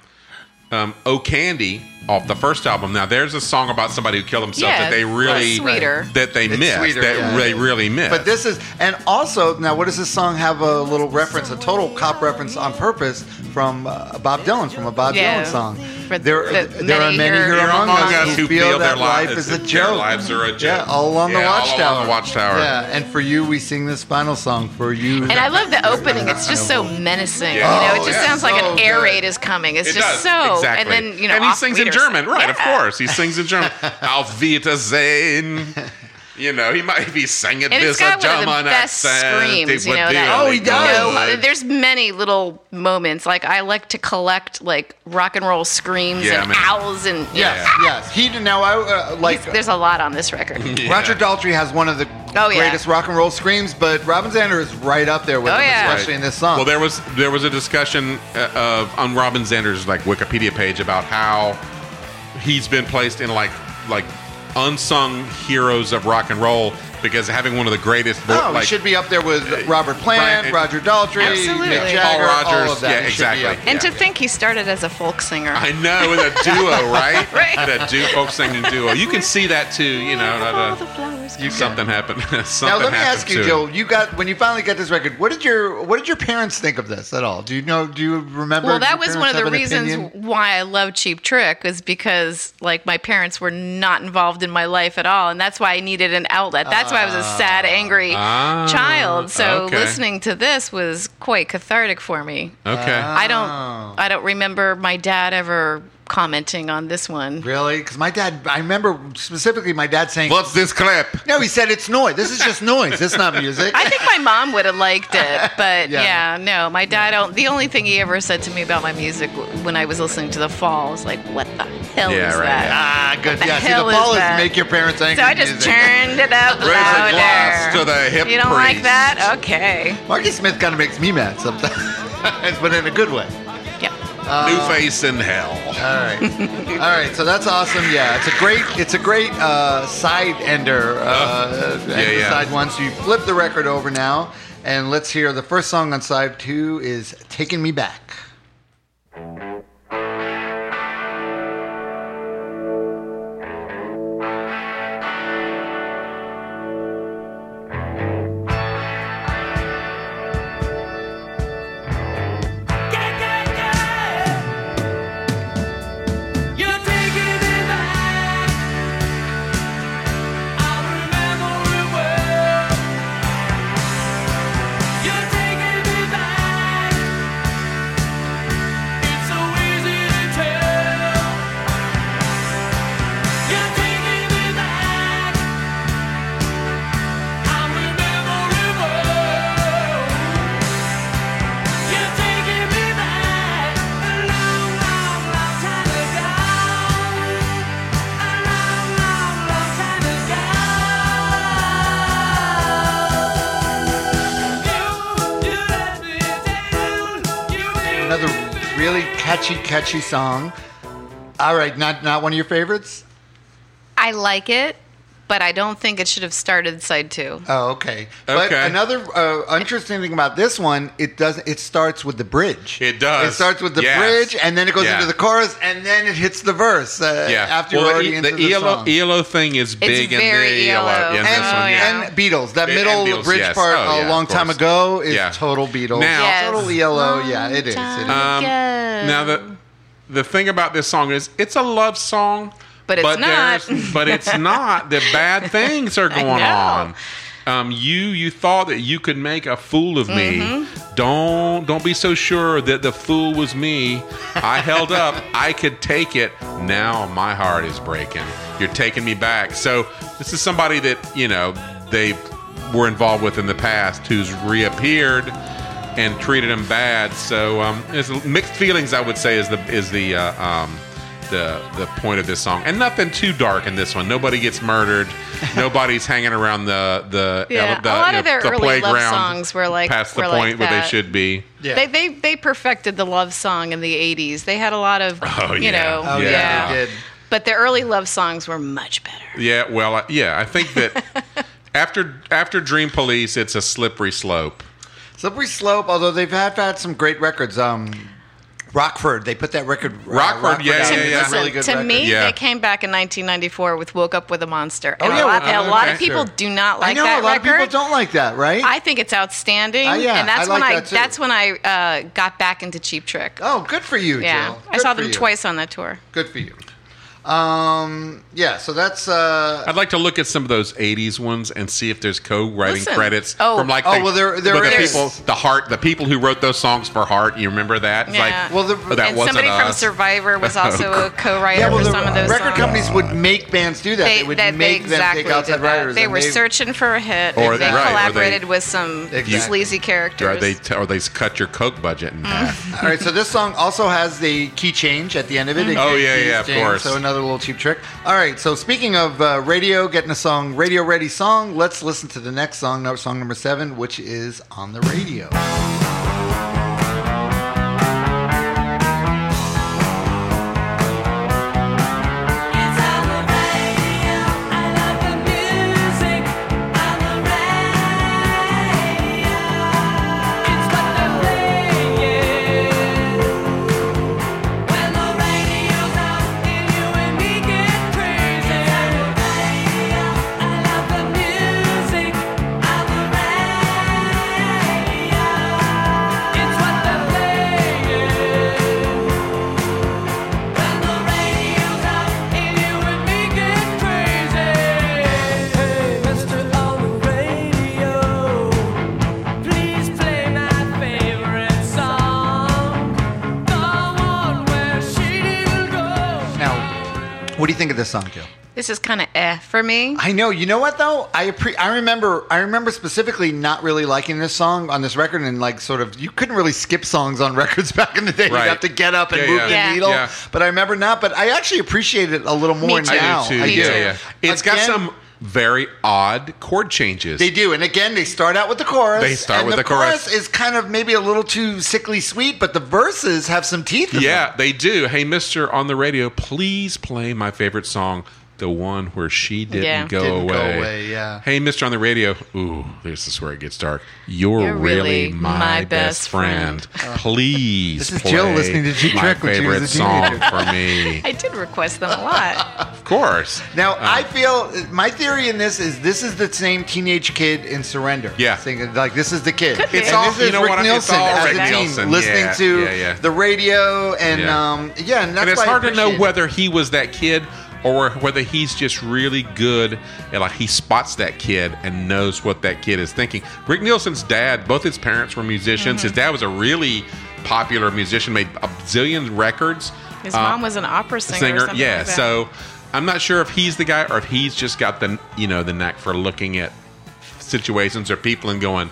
F: um, "Oh Candy" off the first album. Now there's a song about somebody who killed himself that
G: Yeah,
F: they
G: it's
F: really
G: sweeter.
F: that they
H: It's
F: missed
H: sweeter,
F: that
H: yeah.
F: they really missed.
H: But this is, and also now, what does this song have a little reference, a total cop reference on purpose from uh, Bob Dylan, from a Bob
G: Yeah.
H: Dylan song?
G: For
H: There,
G: the
H: there are
G: many
H: many
G: here-
H: here
F: Here
H: among us who feel that
F: li-
H: life is a
F: their
H: joke.
F: lives are a joke.
H: Yeah, all along the
F: Yeah, all
H: watchtower.
F: along the watchtower.
H: Yeah, and for you, we sing this final song for you.
G: And I love the opening. It's just so menacing.
F: Yeah.
G: You know, it just
H: Oh, yeah.
G: sounds like
H: So
G: an air
H: good.
G: raid is coming. It's
F: It does.
G: just so.
F: Exactly.
G: And then you know,
F: and he
G: off
F: sings in
G: leader-
F: German, right? Of
G: Yeah.
F: course, he sings in
G: <laughs>
F: German. Auf Wiedersehen. You know, he might be singing
G: And
F: this
G: it's got
F: a
G: one of
F: German
G: the best
F: accent.
G: screams,
F: It
G: you know.
F: would
G: That,
F: be
H: Oh, he
F: really
H: does.
F: good.
G: No, there's many little moments. Like I like to collect like rock and roll screams
F: Yeah,
G: and
F: man.
G: owls and
H: yes, yes. He did- now I uh, like.
G: He's- there's a lot on this record.
F: Yeah.
H: Roger Daltrey has one of the
G: Oh, yeah.
H: greatest rock and roll screams, but Robin Zander is right up there with
G: Oh,
H: him,
G: yeah.
H: especially in this song.
F: Well, there was there was a discussion uh, of on Robin Zander's like Wikipedia page about how he's been placed in like like unsung heroes of rock and roll, because having one of the greatest bo-
H: No, Oh, he
F: like, uh,
H: should be up there with Robert Plant,
F: Brian-
H: Roger Daltrey,
G: Absolutely.
H: Mick
G: Paul
H: Jagger, all of
F: Rodgers,
H: that.
F: yeah,
H: He should be
F: exactly.
H: up there.
G: And to think he started as a folk singer.
F: I know with a
G: <laughs>
F: duo, right?
G: Right.
F: With a duo, folk singing duo. You can see that too. You know,
G: All the
F: that,
G: flowers
F: uh, something happened. <laughs> something
H: Now let me
F: happened
H: ask you,
F: to him.
H: Joel. You got when you finally got this record. What did your What did your parents think of this at all? Do you know? Do you remember?
G: Well,
H: Do your
G: that was
H: parents
G: one of
H: have
G: the
H: an
G: reasons
H: opinion?
G: why I love Cheap Trick is because like my parents were not involved in my life at all, and that's why I needed an outlet. That's why I was a sad, angry
F: Ah,
G: child. So
F: okay.
G: listening to this was quite cathartic for me.
F: Okay.
H: Uh,
G: I
F: Oh.
G: don't, I don't remember my dad ever commenting on this one.
H: Really? Because my dad, I remember specifically my dad saying,
F: What's this clip?
H: "No, he said it's noise. This is just noise. It's not music."
G: <laughs> I think my mom would have
F: <laughs>
G: liked it, but
H: Yeah.
G: yeah, no, my dad. Don't, the only thing he ever said to me about my music w- when I was listening to The Fall was like, "What the hell
F: Yeah,
G: is
F: right,
G: that?"
H: ah, good.
G: the
H: yeah, see, the
G: hell is
H: ball is,
G: that?
H: make your parents angry.
G: So I just
H: music.
G: turned it up
F: Raise a glass
G: louder.
F: to the hip
G: you don't like
F: priest.
G: that? Okay.
H: Marky Smith kind of makes me mad sometimes, <laughs> but in a good way.
G: Yeah.
H: Uh,
F: New face in hell.
H: All right, all right. So that's awesome. Yeah, it's a great, it's a great uh, side ender. Uh,
F: Oh, yeah,
H: end of
F: yeah.
H: Side one. So you flip the record over now, and let's hear the first song on side two is "Taking Me Back."
I: You're taking me back. I remember it well. You're taking me back. It's so easy to tell. You're taking me back. I remember it well. You're taking me back a long, long, long time ago. A long, long, long time ago. You, you let me down. You made
H: Another
I: me feel
H: really catchy, catchy song. All right, not not one of your favorites.
G: I like it, but I don't think it should have started side two.
H: Oh, okay. But
F: Okay.
H: another uh, interesting thing about this one, it doesn't. It starts with the bridge.
F: It does.
H: It starts with the
F: Yes.
H: bridge, and then it goes
F: Yeah.
H: into the chorus, and then it hits the verse. Uh,
F: Yeah.
H: After
F: Well,
H: you're already
F: the, E,
H: into
F: the,
H: the,
F: ELO,
H: song.
F: ELO thing is big in
G: very E
F: the ELO.
G: ELO.
F: in this
H: and,
F: one, yeah.
G: yeah.
H: and Beatles. That
F: And
H: middle
F: Beatles,
H: bridge
F: yes.
H: part
F: Oh,
H: a
F: yeah,
H: long
F: of
H: time
F: course.
H: ago is
F: Yeah.
H: total Beatles.
F: Now- Yes.
H: Total yellow. Yeah, it is. It is.
F: Um, now the the thing about this song is it's a love song,
G: But it's not. <laughs>
F: there's- but it's not. The bad things are going
G: know.
F: on. Um, you you thought that you could make a fool of me. Don't don't be so sure that the fool was me. I held up. I could take it. Now my heart is breaking. You're taking me back. So this is somebody that you know they were involved with in the past who's reappeared and treated him bad. So um, it's mixed feelings, I would say, is the is the uh, um, the the point of this song, and nothing too dark in this one. Nobody gets murdered.
H: <laughs>
F: Nobody's hanging around the the,
G: Yeah,
F: ele- the
G: a lot
F: you
G: of
F: know,
G: their
F: the
G: early love
F: playground
G: songs were like-
F: past the
G: were like
F: point where they
G: that.
F: should be.
H: Yeah.
G: They, they they perfected the love song in the 80s. They had a lot of,
F: Oh,
G: you
F: yeah.
G: know,
F: Oh,
H: yeah,
G: yeah.
H: they did.
G: But their early love songs were much better.
F: Yeah, well, I- yeah, I think that
G: <laughs>
F: after after Dream Police, it's a slippery slope.
H: Slippery Slope. Although they've had, had some great records. Um, Rockford. They put that record. uh,
F: Rockford, yeah, yeah,
H: out. It's a
F: yeah.
H: Really
G: Listen,
H: good
G: to
H: record. Oh,
G: me,
F: Yeah.
G: they came back in 1994 with "Woke Up with a Monster," and
H: yeah,
G: a lot,
H: Woke Up
G: a lot of
F: With a
G: people
F: Monster.
G: do not like
H: I know
G: that
H: a lot of
G: record.
H: people don't like that, right?
G: I think it's outstanding.
H: Oh, yeah.
G: and that's
H: I like
G: when I
H: that, too.
G: that's when I uh, got back into Cheap Trick.
H: oh, good for you,
G: yeah.
H: Jill.
G: I
H: Good
G: saw
H: for
G: them
H: you.
G: twice on that tour.
H: Good for you. Um, yeah. So that's. Uh,
F: I'd like to look at some of those '80s ones and see if there's co-writing
G: Listen.
F: credits
G: Oh.
F: from like
H: Oh,
F: the,
H: well, there- there
F: with the
H: is.
F: people, the heart, the people who wrote those songs for Heart. You remember that? It's
G: Yeah.
F: like,
H: well, the,
F: oh, that
G: and
F: wasn't
G: somebody from
F: us. Oh,
G: Survivor
F: <laughs>
H: <laughs>
G: was also a co-writer
H: Oh, Yeah, well,
G: for
H: the
G: some of those
H: record
G: songs.
H: companies would make bands do that. They,
G: They,
H: would
G: that- they
H: make
G: exactly
H: them take outside
G: did that.
H: writers.
G: They
H: and
G: were searching for a hit.
F: Or that- right, or
G: they
F: they-
G: collaborated with some
H: Exactly.
G: sleazy characters.
F: Or they or they cut your Coke budget in half.
H: All right, so this song also has the key change at the end of it. It
F: Oh,
H: gives
F: yeah,
H: keys
F: yeah, of
H: change,
F: course.
H: So another little cheap trick. All right, so speaking of uh, radio, getting a song, radio ready song. Let's listen to the next song, no- song number seven, which is on the radio.
I: It's on the radio. I love the music. I
H: What do you think of this song, Jill?
G: This is kind of eh for me.
H: I know. You know what though? I appre- I remember I remember specifically not really liking this song on this record and like sort of you couldn't really skip songs on <laughs> records back in the day.
F: Right.
H: You have to get up and
F: Yeah,
H: move
F: yeah.
H: the
G: Yeah.
H: needle.
F: Yeah.
H: But I remember not. But I actually appreciate it a little more
G: too.
H: now.
F: I do too.
H: I
F: yeah,
H: do.
F: yeah. It's got
H: Again,
F: some very odd chord changes.
H: They do, and again, they start out with the chorus.
F: They start
H: and
F: with
H: the
F: the chorus.
H: is kind of maybe a little too sickly sweet, but the verses have some teeth. In
F: Yeah,
H: them.
F: they do. Hey, Mister, on the radio, please play my favorite song, the one where she didn't,
G: Yeah.
F: go,
H: Didn't go
F: away.
H: away, yeah.
F: Hey, Mister, on the radio. Ooh, this is where it gets dark. You're,
G: You're
F: really,
G: really
F: my,
G: my
F: best,
G: best
F: friend. Please.
H: This is Jill
F: play
H: listening to Cheap
F: my
H: Trick when she was
F: favorite
H: a
F: song
H: teenager.
F: for
H: <laughs>
F: me.
G: I did request them a lot.
F: Of course.
H: Now I feel my theory in this is this is the same teenage kid in Surrender.
F: Yeah.
H: Singing, like this is the kid.
G: Could be.
H: It's
G: And
H: all
F: this is-
H: you know
F: you know
H: Rick
F: what, it's
H: Nielsen
F: all
H: as
F: Rick
H: a teen,
F: Nielsen.
H: listening
F: Yeah,
H: to
F: yeah, yeah.
H: the radio and
F: Yeah.
H: yeah, um, yeah and that's
F: and it's
H: why I
F: hard to know
H: appreciate it.
F: whether he was that kid or whether he's just really good at like he spots that kid and knows what that kid is thinking. Rick Nielsen's dad, both his parents were musicians.
H: Mm-hmm.
F: His dad was a really popular musician, made a zillion records.
G: His
F: Uh,
G: mom was an opera singer. or something
F: yeah.
G: like that.
F: so I'm not sure if he's the guy or if he's just got the you know the knack for looking at situations or people and going,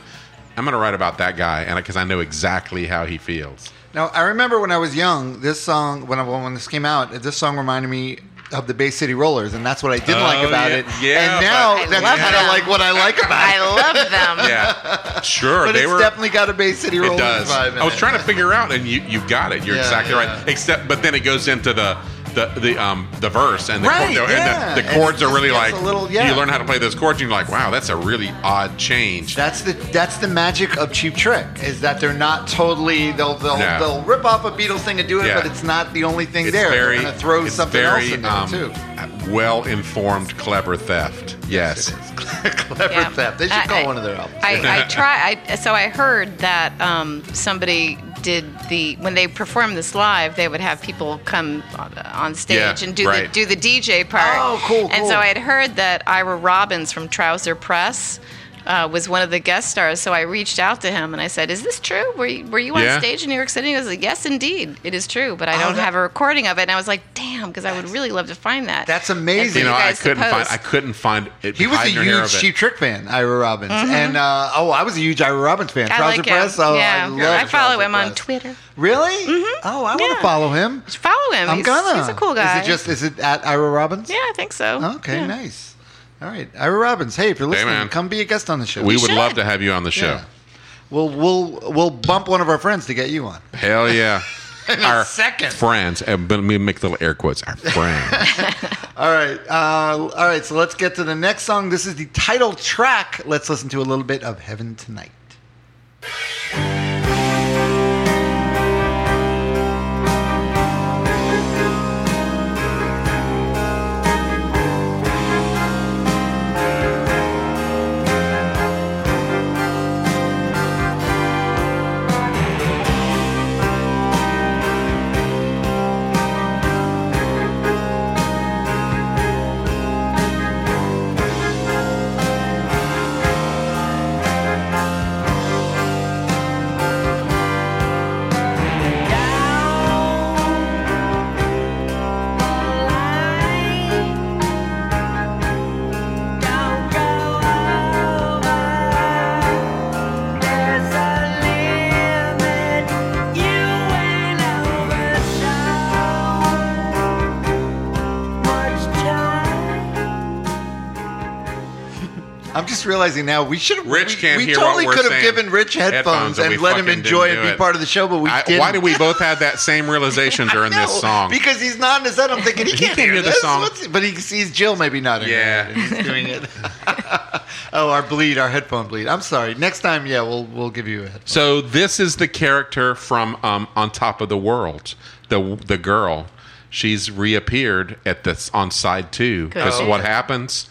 F: I'm going to write about that guy and because I know exactly how he
H: <laughs>
F: feels.
H: Now I remember when I was young, this song when I, when this came out, this song reminded me of the Bay City Rollers, and that's what I didn't
F: Oh,
H: like about
F: yeah.
H: it.
F: Yeah,
H: and now
G: but- I
H: that's
G: love
H: kind
G: them.
H: of like what I like about
G: I
H: it.
G: love them.
F: Yeah, sure.
H: But
F: they
H: it's
F: were
H: definitely got a Bay City Rollers
F: It does.
H: vibe. In
F: I was
H: it.
F: trying to figure out, and you you got it. You're
H: Yeah,
F: exactly
H: yeah.
F: right. Except, but then it goes into the the the um the verse and the
H: Right,
F: chord-
H: yeah.
F: and the, the
H: And
F: chords
H: it
F: are
H: just
F: really
H: gets
F: like
H: a little- yeah.
F: you learn how to play those chords. and You're like, wow, that's a really odd change.
H: That's the that's the magic of Cheap Trick is that they're not totally they'll they'll,
F: No.
H: they'll rip off a Beatles thing and do it,
F: Yeah.
H: but it's not the only thing
F: it's
H: there.
F: very
H: they're gonna throw
F: it's
H: something
F: very,
H: else in there
F: um,
H: too.
F: Well informed, clever theft. <laughs> Yes.
H: Clever
G: Yeah.
H: theft. They should
G: I-
H: call
G: I-
H: one of their albums.
F: <laughs>
G: I, I try. I, so I heard that um, somebody did the when they performed this live, they would have people come on, on stage
F: Yeah,
G: and do
F: right.
G: the do the DJ part.
H: Oh, cool,
G: And so
H: cool.
G: I had heard that Ira Robbins from Trouser Press. Uh, was one of the guest stars, so I reached out to him and I said, "Is this true? Were you, were you on
F: Yeah.
G: stage in New York City?" He was like, "Yes, indeed, it is true, but I
H: Oh,
G: don't
H: that-
G: have a recording of it." And I was like, "Damn," because I would really love to find that.
H: That's
G: And for
H: amazing.
F: You know, I
G: guys to
F: couldn't find.
G: post.
F: I couldn't find. It
H: He was a
F: hide nor hair
H: huge
F: of it.
H: Cheap Trick fan, Ira Robbins, and uh, oh, I was a huge Ira Robbins fan.
G: Mm-hmm. I
H: Trouser
G: like him.
H: Press. Oh,
G: yeah,
H: I love
G: follow
H: Trouser
G: him on
H: Press.
G: Twitter.
H: Really? Oh, I want
G: Yeah.
H: to follow him.
G: Follow him.
H: I'm
G: he's,
H: gonna.
G: He's a cool guy.
H: Is it just is it at Ira Robbins?
G: Yeah, I think so.
H: Okay,
G: Yeah.
H: nice. All right, Ira Robbins. Hey, if you're listening,
F: man.
H: come be a guest on the show.
F: We would
G: should.
F: love to have you on the show.
H: Yeah. We'll we'll we'll bump one of our friends to get you on.
F: Hell
H: <laughs>
F: yeah. our
H: second.
F: friends, and let me make little air quotes. Our friends.
H: All right, uh, all right. So let's get to the next song. This is the title track. Let's listen to a little bit of Heaven Tonight. I'm just realizing now we should have.
F: Rich
H: we,
F: can't
H: we
F: hear what
H: totally
F: we're
H: could have
F: saying.
H: given Rich
F: Headphones
H: headphones,
F: and
H: and
F: we
H: let him
F: fucking didn't
H: enjoy
F: do
H: and be
F: it.
H: part of the show, but we
F: I,
H: didn't.
F: why did we both have that same realization during this
H: No,
F: song?
H: Because he's not in his head.
F: <laughs>
H: I'm thinking he can't hear,
F: the
H: this.
F: song.
H: What's- but he sees Jill maybe not in her
F: Yeah.
H: head, and he's doing
F: <laughs>
H: it. oh, our bleed, our headphone bleed. I'm sorry. Next time, yeah, we'll we'll give you a headphone.
F: so this is the character from um, On Top of the World, the the girl. She's reappeared at this on side two because
G: Cool.
F: what happens?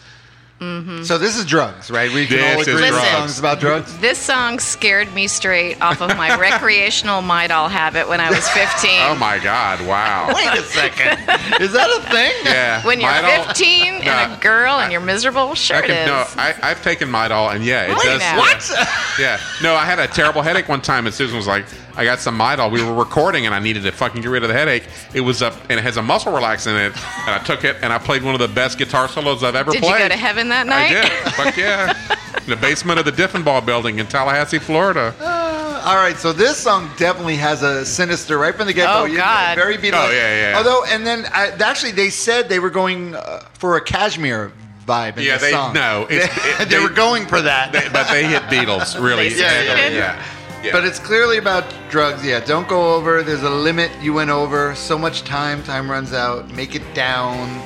H: So this is drugs, right? We can all
F: This is
H: agree
G: drugs.
H: songs about drugs.
G: This song scared me straight off
F: <laughs>
G: of my recreational Midol habit when I was 15.
F: Oh my God! Wow.
H: Wait
F: <laughs>
H: a second, is that a thing?
F: Yeah.
G: when you're
F: Midol-
G: 15 and
F: Nah.
G: a girl and you're miserable, sure
F: I
G: it
F: can,
G: is.
F: no, I, I've taken Midol, and yeah, it
G: Wait
F: does.
G: now.
H: <laughs> What? <laughs>
F: Yeah. No, I had a terrible headache one time, and Susan was like, I got some Midol. We were recording, and I needed to fucking get rid of the headache. It was up, and it has a muscle relaxant in it. And I took it, and I played one of the best guitar solos I've ever
G: Did you
F: played.
G: go to heaven that night?
F: I did. Fuck yeah. In the basement of the Diffenbaugh building in Tallahassee, Florida.
H: Uh, all right, so this song definitely has a sinister right from the get go.
G: Oh, God.
H: Very Beatles.
F: Oh, yeah, yeah.
H: Although, and then I, actually, they said they were going uh, for a cashmere vibe. In
F: Yeah,
H: this
F: they-
H: song.
F: no,
H: they,
F: it's- it-
H: <laughs> they
F: they-
H: were going for that.
F: They- but they hit Beatles, really.
G: They
H: succeeded.
F: heavily, yeah. Yeah.
H: But it's clearly about drugs. Yeah, don't go over. There's a limit. You went over so much time. Time runs out. Make it down.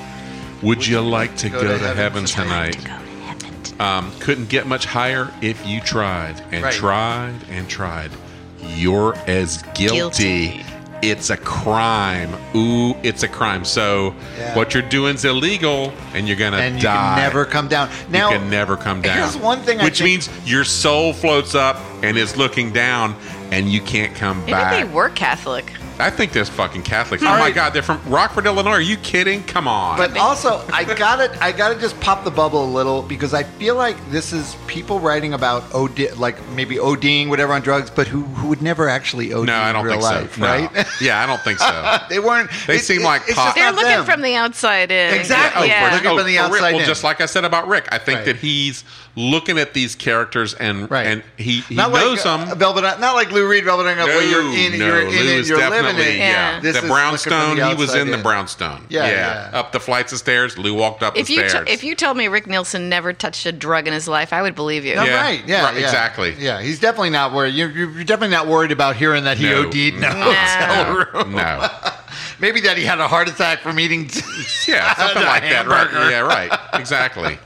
F: Would you like to go, to, heaven,
G: Time
F: tonight?
G: to go to heaven tonight.
F: Um, couldn't get much higher if you tried and
H: Right.
F: tried and tried. You're as guilty.
G: Guilty.
F: It's a crime. Ooh, it's a crime. So
H: Yeah.
F: what you're doing's illegal, and you're gonna
H: and you
F: die.
H: can never come down.
F: You
H: Now
F: can never come down.
H: Here's one thing I
F: which
H: think-
F: means your soul floats up and is looking down, and you can't come
G: Maybe
F: back.
G: they were Catholic.
F: I think there's fucking
G: Hmm.
F: Catholics. oh my
H: right.
F: God, they're from Rockford, Illinois. Are you kidding? Come on.
H: But also, I gotta, I gotta just pop the bubble a little because I feel like this is people writing about OD, like maybe ODing, whatever on drugs, but who who would never actually OD
F: no, I
H: in
F: don't
H: real
F: think
H: life,
F: so. No.
H: right?
F: Yeah, I don't think so.
H: <laughs> they weren't.
F: They seem like
H: it's
F: pop-
H: just
G: They're
H: not
G: looking
H: them.
G: from the outside in.
H: Exactly.
G: Yeah.
H: We're looking
F: Oh,
H: from the
F: for Rick,
H: outside
F: well,
H: in.
F: just like I said about Rick, I think
H: Right.
F: that he's looking at these characters and
H: Right.
F: and he, he
H: Not
F: knows
H: like uh,
F: them.
H: Velvet, not like Lou Reed, Velvet Underground, where you're in,
F: No,
H: you're in
F: Lou
H: it,
F: is
H: you're living
F: definitely
H: it.
G: Yeah.
H: This is
F: the
H: looking from
F: brownstone.
H: the
F: he was
H: outside
F: in the
H: in.
F: brownstone.
H: Yeah,
F: Yeah,
H: yeah.
F: up the flights of stairs. Lou walked up
G: If
F: the
G: you,
F: stairs.
G: to- if you told me Rick Nielsen never touched a drug in his life, I would believe you.
H: Oh,
F: Yeah.
H: Right. Yeah,
F: Right,
H: yeah.
F: exactly.
H: Yeah. He's definitely not worried. You're, you're you're definitely not worried about hearing that he
F: No.
H: OD'd in a
F: No.
H: hotel
F: No,
H: room.
F: no.
H: <laughs> Maybe that he had a heart attack from eating. <laughs>
F: yeah, something
H: A
F: like that,
H: hamburger.
F: right? Yeah, right, exactly.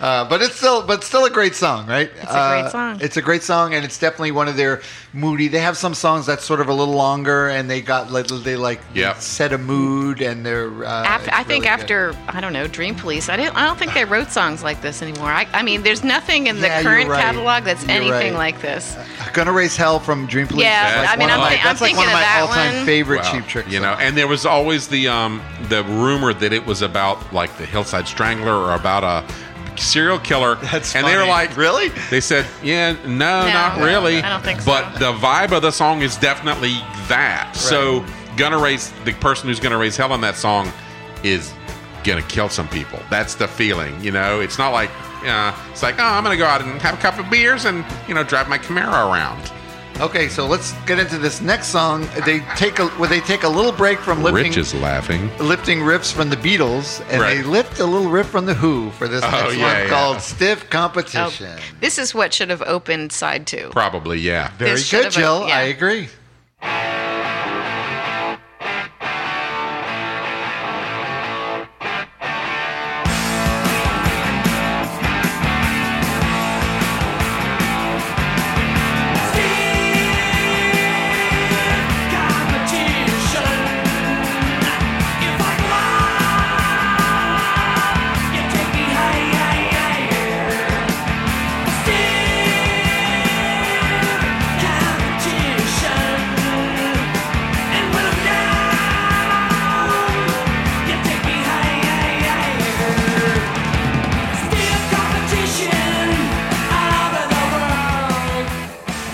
H: Uh, but it's still, but still a great song, right? It's
G: a great song.
H: It's a great song, and it's definitely one of their moody. They have some songs that's sort of a little longer, and they got like they like
F: Yep.
H: set a mood, and they're. Uh,
G: After,
H: it's
G: I think
H: really good.
G: after I don't know Dream Police, I didn't. I don't think they wrote songs like this anymore. I, I mean, there's nothing in the
H: Yeah, you're
G: current
H: right.
G: catalog that's
H: You're
G: anything
H: right.
G: like this.
H: Gonna Raise Hell from Dream Police.
G: Yeah,
H: is, like,
F: I mean,
H: one of
F: I'm
H: my-
F: thi- I'm
H: that's like one
G: thinking
H: of
G: of
H: my
G: that
H: all-time
G: one.
H: favorite
F: Wow.
H: Cheap Trick.
F: You know,
H: songs.
F: and there was always the um, the rumor that it was about like the Hillside Strangler or about a serial killer.
H: <laughs> That's
F: and they were
H: funny.
F: like,
H: Really?
F: They said, yeah, no,
G: No,
F: not
G: no,
F: really.
G: I don't think so.
F: But the vibe of the song is definitely that. So gonna raise the person who's gonna raise hell on that song is gonna kill some people. That's the feeling. You know, it's not like. Uh, it's like, oh, I'm gonna go out and have a cup of beers and you know drive my Camaro around.
H: Okay, so let's get into this next song. They take a well, they take a little break from lifting
F: Rich is laughing.
H: lifting riffs from the Beatles, and
F: Right.
H: they lift a little riff from the Who for this
F: Oh,
H: next
F: yeah,
H: one
F: yeah.
H: called "Stiff
G: Oh,
H: Competition."
G: this is what should have opened side two.
F: Probably, yeah.
H: Very
G: This should
H: good,
G: have
H: Jill.
G: been- yeah.
H: I agree.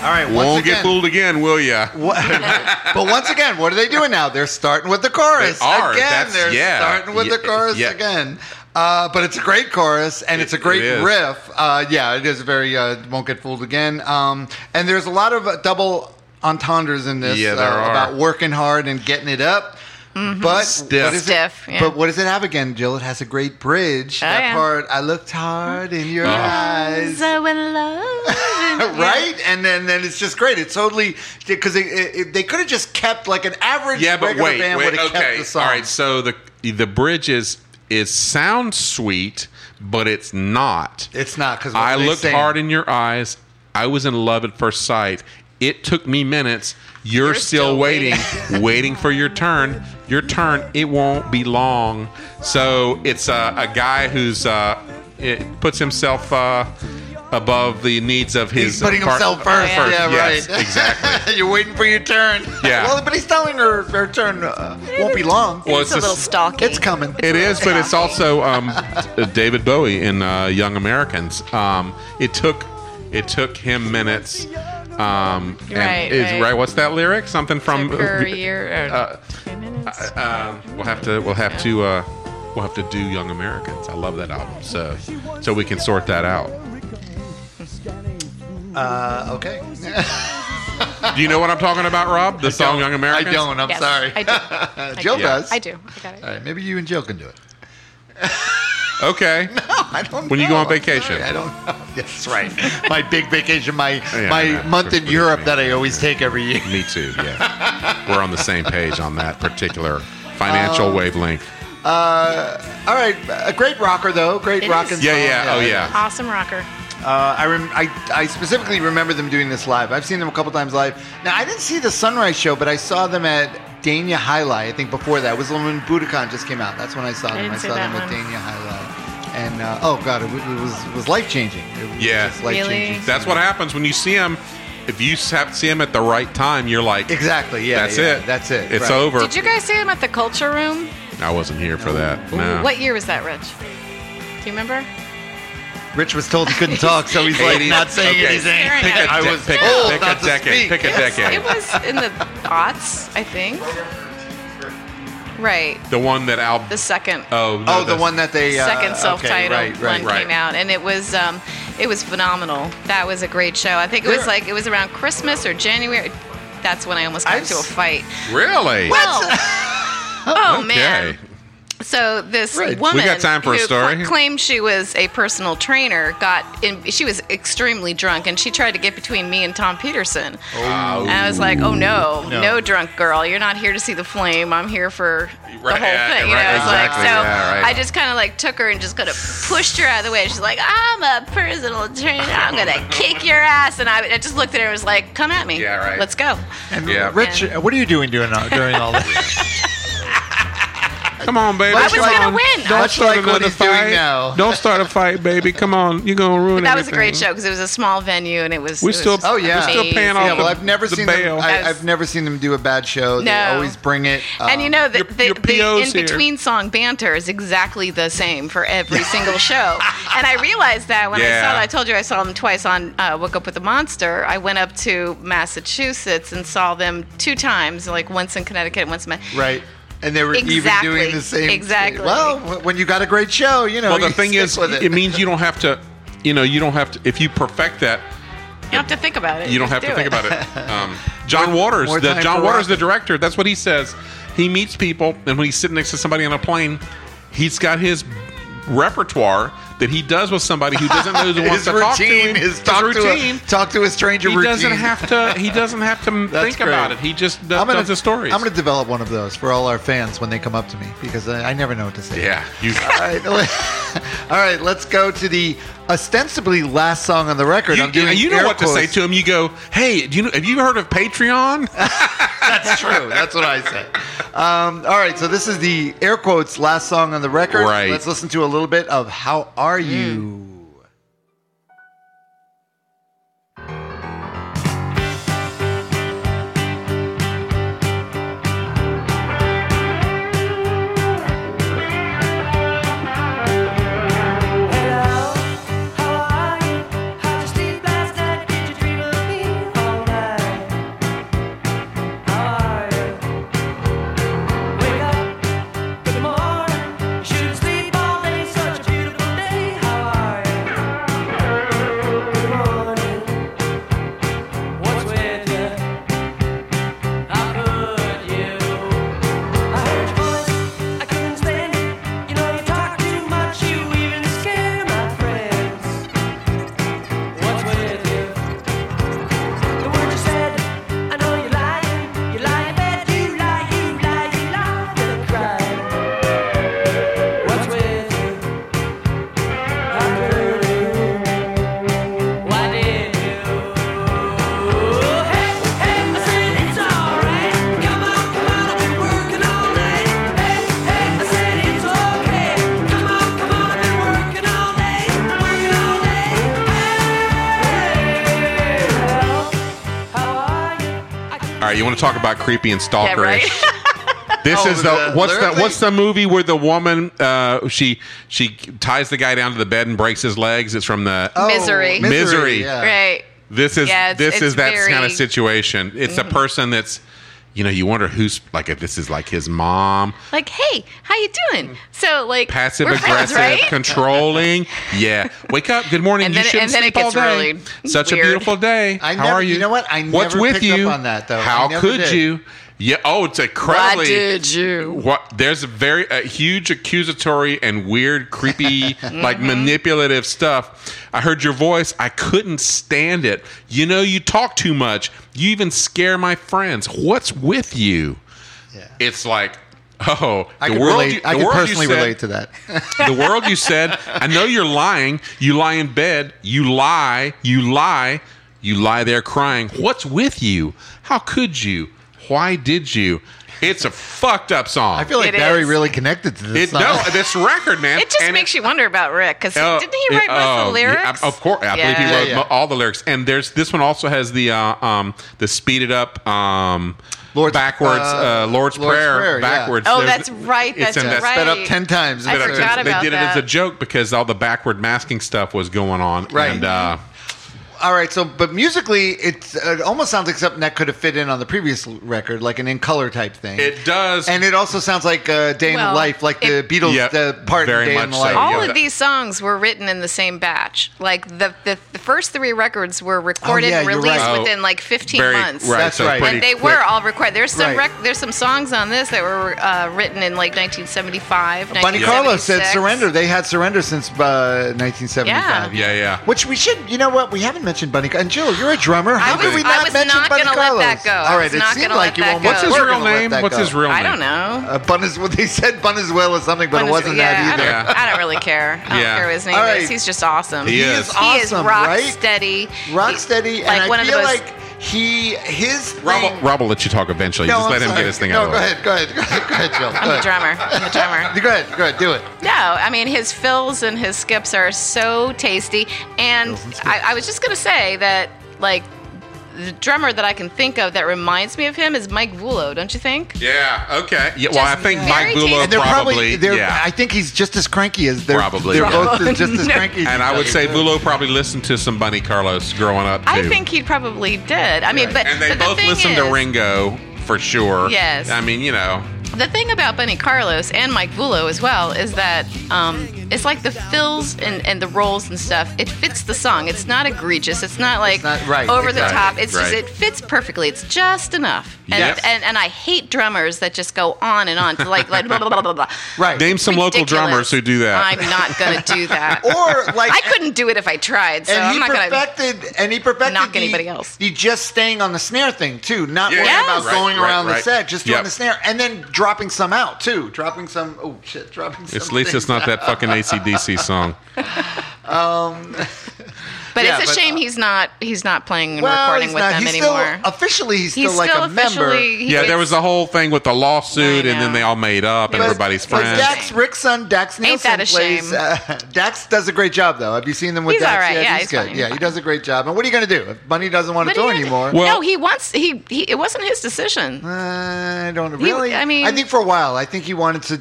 H: All right, once
F: Won't
H: again,
F: get fooled again, will ya?
H: What- <laughs> but once again, what are they doing now? They're starting with the chorus
F: They are.
H: again.
F: That's-
H: they're
F: yeah.
H: starting with the
F: Yeah,
H: chorus
F: yeah.
H: again. Uh, but it's a great chorus and it's a
F: It-
H: great
F: it is.
H: riff. Uh, yeah, it is very uh, won't get fooled again. Um, and there's a lot of uh, double entendres in this
F: Yeah, there
H: uh,
F: are.
H: about working hard and getting it up. But
F: Stiff.
H: what is it-
G: Mm-hmm. Stiff, yeah. Oh,
H: But what does it have again, Jill? It has a great bridge. that
G: yeah.
H: part. I looked hard in your eyes
G: So
H: <laughs>
G: in love.
H: right? And then then it's just great. It's totally because they it, they could have just kept like an average
F: yeah, but
H: regular
F: wait,
H: band
F: wait,
H: would have
F: okay.
H: kept the song.
F: All right, so the the bridge is it sounds sweet, but it's not.
H: it's not because
F: I looked hard in your eyes. I was in love at first sight. It took me minutes. You're, still,
G: still
F: waiting, <laughs> waiting for your turn. Your turn. It won't be long. So it's a, a guy who's uh, it puts himself uh, above the needs of his.
H: He's putting
F: part-
H: himself first.
G: Oh,
H: yeah,
G: yeah.
F: Yes,
H: right.
F: exactly.
H: <laughs> You're waiting for your turn.
F: Yeah.
H: <laughs> Well, but he's telling her her turn uh, won't be long.
F: Well, it's
G: it's, a little
F: just-
G: stalky.
H: It's coming.
F: It is, but it's also um, David Bowie in uh, Young Americans. Um, it took it took him minutes. Um, and
G: Right,
F: is,
G: right.
F: What's that lyric? Something from.
G: Took her
F: <laughs>
H: <laughs>
G: a year or
F: Uh,
G: two minutes.
F: Um, we'll have to we'll have to uh, we'll have to do Young Americans. I love that album. So so we can sort that out.
H: Uh, okay.
F: Do you know what I'm talking about, Rob? The song Young
H: I
F: Americans.
H: don't. I'm
G: Yes,
H: sorry. <laughs>
G: I do.
H: Uh, Joe
F: do.
H: does. Uh,
G: I do. I got it.
H: All right, maybe you and Joe can do it. <laughs>
F: Okay.
H: I don't.
F: When you
H: know.
F: go on
H: I'm
F: vacation.
H: sorry, I don't. Know. <laughs> That's right.
F: <laughs>
H: My big vacation. My
F: Yeah,
H: my
F: yeah,
H: month
F: that's
H: in
F: what it
H: Europe that I
F: means.
H: always take every year.
F: Me too. Yeah. We're on the same page on that particular
G: Oh.
F: financial wavelength.
H: Uh, all right. A great rocker though. Great
G: It
H: rockin'
G: is.
F: Yeah.
H: song.
F: Yeah. Oh yeah. Oh,
G: Awesome rocker.
H: Uh, I, rem- I I specifically remember them doing this live. I've seen them a couple times live. Now I didn't see the Sunrise show, but I saw them at Dania Highlight. I think before that was when Budokan just came out. That's when I saw them.
G: didn't
H: I
G: see
H: saw
G: that
H: them at
G: one.
H: Dania Highlight, and uh, oh god, it, w- it was was life changing.
F: Yeah.
H: life
G: Really?
H: changing.
F: That's what happens when you see him. If you have to see him at the right time, you're like,
H: Exactly. Yeah.
F: that's
H: yeah,
F: it.
H: That's it.
F: It's
H: right.
F: over.
G: Did you guys see him at the Culture Room?
F: I wasn't here for that. No.
G: What year was that, Rich? Do you remember?
H: Rich was told he couldn't talk, so
F: <laughs>
H: he's like
F: 80s.
H: not saying
F: Okay.
H: anything.
G: Staring
F: Pick a,
G: at him.
H: I
F: de-
H: was
F: pick
H: told
F: a, pick
H: not
F: a
H: to
F: decade.
H: speak.
F: Pick a decade.
G: It was in the aughts, I think. Right.
F: The one that Al.
G: The second.
F: oh, no,
H: Oh, the one that they uh,
G: second
H: okay,
G: self-titled
H: right, right,
G: one
F: right.
G: came out, and it was um, it was phenomenal. That was a great show. I think it was like it was around Christmas or January. That's when I almost got
H: I've
G: into a
H: s-
G: fight.
F: Really?
G: Oh,
H: <laughs>
G: oh man! So this
H: Right. We
G: woman
F: got time for a
G: who
F: story.
G: cla- claimed she was a personal trainer got in. She was extremely drunk, and she tried to get between me and Tom Peterson.
F: Oh.
G: And I was like, "Oh no,
H: No.
G: no, drunk girl! You're not here to see the flame. I'm here for
F: Right,
G: the whole
F: yeah,
G: thing." You
F: right,
G: know, it's like so.
F: exactly, yeah, right.
G: I just kind of like took her and just kind of pushed her out of the way. She's like, "I'm a personal trainer.
F: <laughs>
G: I'm gonna kick your ass." And I, I just looked at her and was like, "Come at me.
F: Yeah, right.
G: Let's go."
H: And
F: Yeah.
H: Rich,
G: Yeah.
H: what are you doing during all, during all this?
F: Come on, baby.
G: I was
F: Come
G: gonna
F: on.
G: win.
H: Don't
G: I-
H: like what he's doing now.
F: Don't start a fight, baby. Come on, you're gonna ruin it.
G: But that was a great show because it was a small venue and it was.
F: We
G: it was
F: still-
G: just
H: Oh yeah.
F: We're still paying
G: amazing.
F: off
H: <laughs> Yeah, well,
F: the-
H: I've never
F: the
H: seen
F: bail.
H: them. I,
G: Yes.
H: I've never seen them do a bad show. They
G: No.
H: always bring it.
G: and you
H: um,
G: know that
F: your-
G: the,
F: your
G: the
F: PO's
G: in
F: here.
G: between song banter is exactly the same for every
F: <laughs>
G: single show. And I realized that when I
F: Yeah.
G: saw that. I told you I saw them twice on uh, Woke Up with the Monster. I went up to Massachusetts and saw them two times, like once in Connecticut and once in. Ma-
H: right. And they were
G: Exactly.
H: even doing the same.
G: Exactly.
H: Well, wh- when you got a great show, you know.
F: Well, the
H: you
F: thing
H: stick
F: is,
H: with it.
F: it means you don't have to. You know, you don't have to. If you perfect that,
G: You don't have to think about it.
F: you don't have
G: Just
F: to
G: do
F: think
G: it.
F: about
H: <laughs>
F: it. Um, John Waters,
H: more
F: the
H: time
F: John
H: for
F: Waters,
H: rock.
F: the director. That's what he says. He meets people, and when he's sitting next to somebody on a plane, he's got his repertoire that he does with somebody who doesn't know who
H: <laughs>
F: wants
H: his
F: to talk to him.
H: routine is talk to
F: routine.
H: a talk to a stranger.
F: he
H: routine.
F: doesn't have to. He doesn't have to
H: <laughs> That's
F: think about
H: great.
F: it. He just does, does the stories.
H: I'm gonna develop one of those for all our fans when they come up to me because I, I never know what to say.
F: yeah,
H: <laughs>
F: you.
H: All right. all right. <laughs> Let's go to the ostensibly last song on the record.
F: You,
H: I'm doing.
F: you
H: air
F: know what to say
H: quotes.
F: to him. You go, "Hey, do you know, have you heard of
H: <laughs>
F: Patreon?"
H: That's true. That's what I say. Um, all right. So this is the air quotes last song on the record.
F: Right.
H: Let's listen to a little bit of "How Are
G: Mm.
H: You."
I: Such a beautiful day, how are you?
F: All right, you want to talk about creepy and stalkerish?
G: <laughs>
F: This
H: Oh,
F: is the,
H: the
F: what's
H: lyric
F: the what's
H: thing?
F: the movie where the woman uh, she she ties the guy down to the bed and breaks his legs? It's from the
H: Oh.
G: Oh, Misery.
F: Misery.
H: yeah.
G: right.
F: This is
G: Yeah, it's-
F: this
G: it's
F: is that
G: very-
F: kind of situation. It's a person that's you know you wonder who's like if this is like his mom,
G: Like, hey, how you doing? So like
F: Mm. passive
G: we're friends,
F: aggressive,
G: <laughs> right?
F: controlling. Yeah, wake up. Good morning.
G: And
F: you
G: then it-
F: shouldn't
G: and then it
F: sleep all
G: gets
F: day.
G: really
F: Such
G: weird.
F: a beautiful day.
H: I
F: How
H: never-
F: are you?
H: you know what? I
F: What's
H: never
F: with
H: picked
F: you?
H: up on that, though. I
F: How
H: never
F: could
H: did.
F: you? Yeah. Oh, it's
G: Why
F: incredibly.
G: did you?
F: What there's a very a huge accusatory and weird,
G: <laughs>
F: creepy,
G: Mm-hmm.
F: like manipulative stuff. I heard your voice. I couldn't stand it. You know, you talk too much. You even scare my friends. What's with you?
H: Yeah.
F: It's like, oh,
H: I
F: the
H: could
F: world.
H: relate.
F: you-
H: I
F: the
H: could
F: world you
H: personally
F: said-
H: relate to that. <laughs>
F: the world you said, I know you're lying. You lie in bed. You lie. You lie. You lie there crying. What's with you? How could you? Why did you? It's a fucked up song.
H: I feel like
G: It
H: Barry
G: is.
H: really connected to
F: it,
H: this. song.
F: no, this record, man.
G: It just
F: and
G: makes you wonder about Rick because
F: oh,
G: didn't he write
F: it-
G: most of the
F: oh, yeah,
G: lyrics?
F: of course, I believe he
G: Yeah.
F: wrote
H: Yeah, yeah.
F: mo- all the lyrics. And there's this one also has the uh, um the speeded up um
H: Lord's-
F: backwards
H: uh,
F: uh, Lord's,
H: Lord's
F: Prayer,
H: Prayer, yeah.
F: backwards.
G: Oh,
F: There's-
G: that's right.
F: it's
G: That's
F: in that
G: right.
H: sped up ten times.
F: But
H: That's
G: I
F: uh,
H: what
G: forgot
H: said.
F: they
G: about
F: did it as
G: that.
F: a joke because all the backward masking stuff was going on.
H: Right.
F: And, uh,
H: All right, so but musically, it's, it almost sounds like something that could have fit in on the previous l- record, like an in color type thing.
F: it does.
H: and it also sounds like uh, Day in
G: Well,
H: the Life, like
G: it-
H: the Beatles
F: Yeah,
H: the part in
F: very
H: Day
F: much
H: in the
F: so,
H: Life.
F: yeah.
G: all
F: that-
G: of these songs were written in the same batch. Like the the, the first three records were recorded
H: yeah,
G: and
H: you're
G: released
H: right.
F: Oh,
G: within like 15
F: very-
G: months.
F: Right,
H: That's
F: so
H: right.
F: pretty
G: And they
F: quick.
G: were all recorded. There's some
H: Right.
G: rec- there's some songs on this that were uh, written in like 1975.
H: Bunny Carlos said
G: 1976.
H: Surrender. They had Surrender since uh, 1975.
F: Yeah, yeah.
H: Which we should, you know what? We haven't mentioned Bunny. And Jill, you're a drummer. How
G: I
H: could
G: was-
H: we
G: I
H: not
G: was
H: mention
G: not
H: Bunny
G: gonna let
H: Carlos?
G: that go. I
H: All
G: was
H: right, it
G: not
H: seemed
G: gonna
H: like
G: let
H: you
G: that
H: almost.
G: go.
F: What's his
H: were
F: real
H: gonna let
F: name?
H: that
F: What's
H: go.
F: his real name?
G: I don't know.
H: Uh, Bunniz- well, they said Venezuela something, but it
G: Bunny's-
H: wasn't
G: yeah,
H: that
G: I
H: either.
G: don't- I don't, really care. I don't
F: Yeah.
G: care what his name
H: All right.
G: is. He's just awesome.
F: He is.
G: He is
H: Awesome,
G: rock
H: right?
G: steady.
H: rock
G: He-
H: steady,
G: like
H: and
G: one
H: I
G: of the
H: feel
G: most-
H: like he his thing.
F: Rob, will- Rob will let you talk eventually. Just
H: I'm
F: let him
H: sorry.
F: get his thing
H: no,
F: out of the
H: go
F: way.
H: ahead, go ahead, go ahead, go ahead, Jill.
G: I'm
H: go
G: a drummer.
H: <laughs>
G: I'm a drummer.
H: ahead. Go ahead, go ahead, do it.
G: No, I mean his fills and his skips are so tasty. And I, I was just gonna say that like the drummer that I can think of that reminds me of him is Mike Vulo, don't you think?
F: Yeah, okay. Yeah, well, I
G: Just
F: think
G: very
F: Mike Bulo
G: tasty.
H: And they're probably,
F: probably,
H: they're,
F: yeah.
H: I think he's just as cranky as they're
F: Probably,
H: They're
F: yeah.
H: both just as cranky. as
F: and I
H: each
F: would
H: other.
F: say Bulo probably listened to some Bunny Carlos growing up, too.
G: I think he probably did. I mean, but
F: and they
G: but the
F: both
G: thing
F: listened to
G: is-
F: Ringo for sure.
G: Yes.
F: I mean, you know.
G: The thing about Bunny Carlos and Mike Vulo as well is that um, it's like the fills and, and the rolls and stuff. It fits the song. It's not egregious. It's not like
H: not- right,
G: over the
H: exactly.
G: top. It's just
F: Right.
G: it fits perfectly. It's just enough. And,
F: Yes.
G: and and I hate drummers that just go on and on to like like blah blah blah blah blah.
H: right.
F: Name some local
G: Ridiculous.
F: drummers who do that.
G: I'm not gonna do that. <laughs>
H: or like
G: I couldn't do it if I tried. So
H: and
G: I'm
H: he
G: not gonna.
H: perfected and he perfected
G: knock
H: the-
G: anybody else.
H: The just staying on the snare thing too, not
F: Yeah,
H: worrying
G: yeah.
H: about
F: Right,
H: going
F: right,
H: around the
F: right.
H: set, just doing
F: Yep.
H: the snare, and then dropping some out too, dropping some. Oh shit, dropping
F: <laughs>
H: some.
F: At least
H: things
F: it's not that fucking ACDC song.
G: But
H: yeah,
G: it's a
H: but-
F: uh,
G: shame he's not he's not playing and
H: Well,
G: recording
H: he's
G: with
H: not.
G: them
H: he's still
G: anymore.
H: officially he's still
G: he's
H: like
G: still
H: a member.
G: officially. he
F: Yeah, there
G: gets-
F: was a whole thing with the lawsuit,
G: I
F: and then
G: know.
F: they all made up, and
G: But-
F: everybody's
G: but
H: But
F: friends.
H: Dax Rick's son, Dax Nielsen
G: Ain't that a
H: plays.
G: shame.
H: Uh, <laughs> Dax does a great job, though. Have you seen them with
G: He's
H: Dax?
G: all right. Yeah,
H: he's,
G: he's
H: good.
G: fine,
H: yeah,
G: he's
H: he
G: fine.
H: does a great job. And what are you going to do if Bunny doesn't want
G: But
H: to tour
G: he-
H: anymore?
F: Well-
G: no, he wants he, he. It wasn't his decision.
H: Uh, I don't
G: He-
H: really.
G: I mean-
H: I think for a while, I think he wanted to.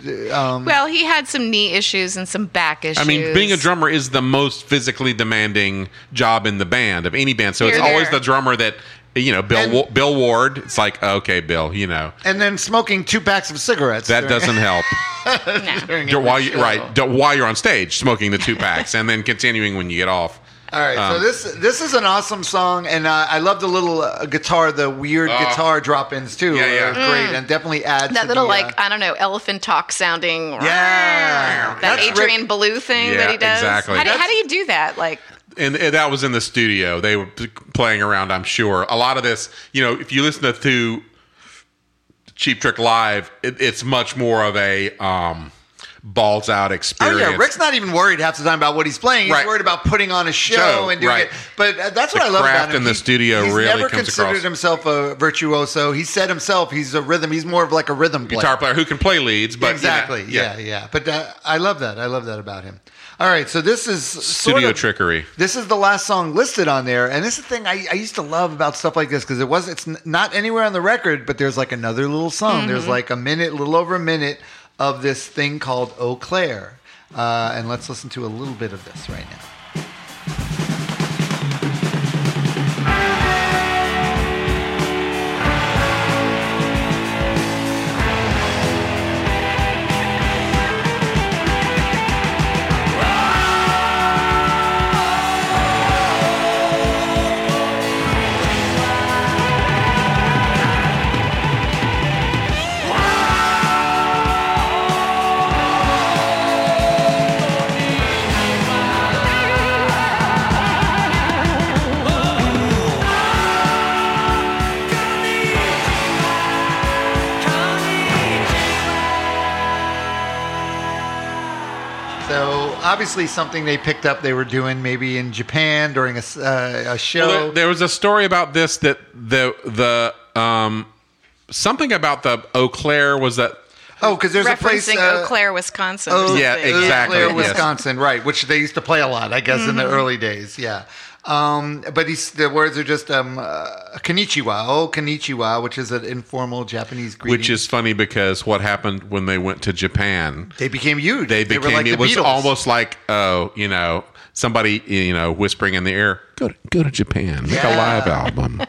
H: to um,
G: Well, he had some knee issues and some back issues.
F: I mean, being a drummer is the most physically demanding job in the band of any band. So it's
G: You're
F: always
G: there.
F: the drummer that you know, Bill
H: And-
F: Wa- Bill Ward. It's like, okay, Bill, you know
H: and then smoking two packs of cigarettes.
F: that
H: during-
F: doesn't
G: <laughs>
F: help.
G: No.
H: during
F: You're-
H: every
F: while you
H: show.
F: right d- while you're on stage, smoking the two packs, and then continuing when you get
G: <laughs>
F: off.
H: All right, so
F: Um,
H: this this is an awesome song, and uh, I love the little uh, guitar, the weird
F: Oh.
H: guitar drop-ins too.
F: Yeah, yeah.
H: are great, and definitely adds to
G: Mm. That little
H: the, uh,
G: like I don't know elephant talk sounding.
H: Yeah.
G: that
H: That's
G: Adrian
H: Rick-
G: Blue thing
F: Yeah,
G: that he does.
F: exactly.
G: How do, how
F: That's-
G: do you do that? Like
F: and, and that was in the studio. They were p- playing around, I'm sure. A lot of this, you know, if you listen to, to Cheap Trick Live, it, it's much more of a um, balls out
H: Oh
F: experience.
H: yeah, Rick's not even worried half the time about what he's playing. He's
F: Right.
H: worried about putting on a show
F: Show,
H: and doing
F: right.
H: it. But uh, that's
F: The
H: what I love about
F: craft
H: him.
F: in the
H: He-
F: studio
H: he's
F: really
H: never
F: comes
H: considered
F: across.
H: himself a virtuoso. He said himself he's a rhythm. He's more of like a rhythm player.
F: guitar player who can play leads, but you know,
H: exactly. yeah, yeah. But uh, I love that. I love that about him. All right, so this is sort
F: Studio
H: of-
F: trickery.
H: This is the last song listed on there, and this is the thing I, I used to love about stuff like this because it was it's n- not anywhere on the record, but there's like another little song.
G: Mm-hmm.
H: There's like a minute, a little over a minute of this thing called Eau Claire, uh, and let's listen to a little bit of this right now. So obviously something they picked up, they were doing maybe in Japan during a, s- uh, a show.
F: Well, there, there was a story about this that the the um something about the Eau Claire was that
H: oh, because there's a place.
G: Referencing
H: uh,
G: Eau Claire, Wisconsin. or
H: Oh,
F: Yeah,
G: something.
H: Eau
F: exactly,
H: Claire,
F: yes.
H: Wisconsin, right? Which they used to play a lot, I guess, in the
G: Mm-hmm.
H: early days. Yeah. Um, but he's, the words are just um, uh, konnichiwa, oh konnichiwa, which is an informal Japanese greeting.
F: which is funny because what happened when they went to Japan
H: they became huge.
F: they became
H: were like
F: it
H: the
F: was
H: Beatles.
F: almost like oh you know somebody you know whispering in the air go to, go to Japan make a
H: Yeah.
F: live
H: <laughs>
F: album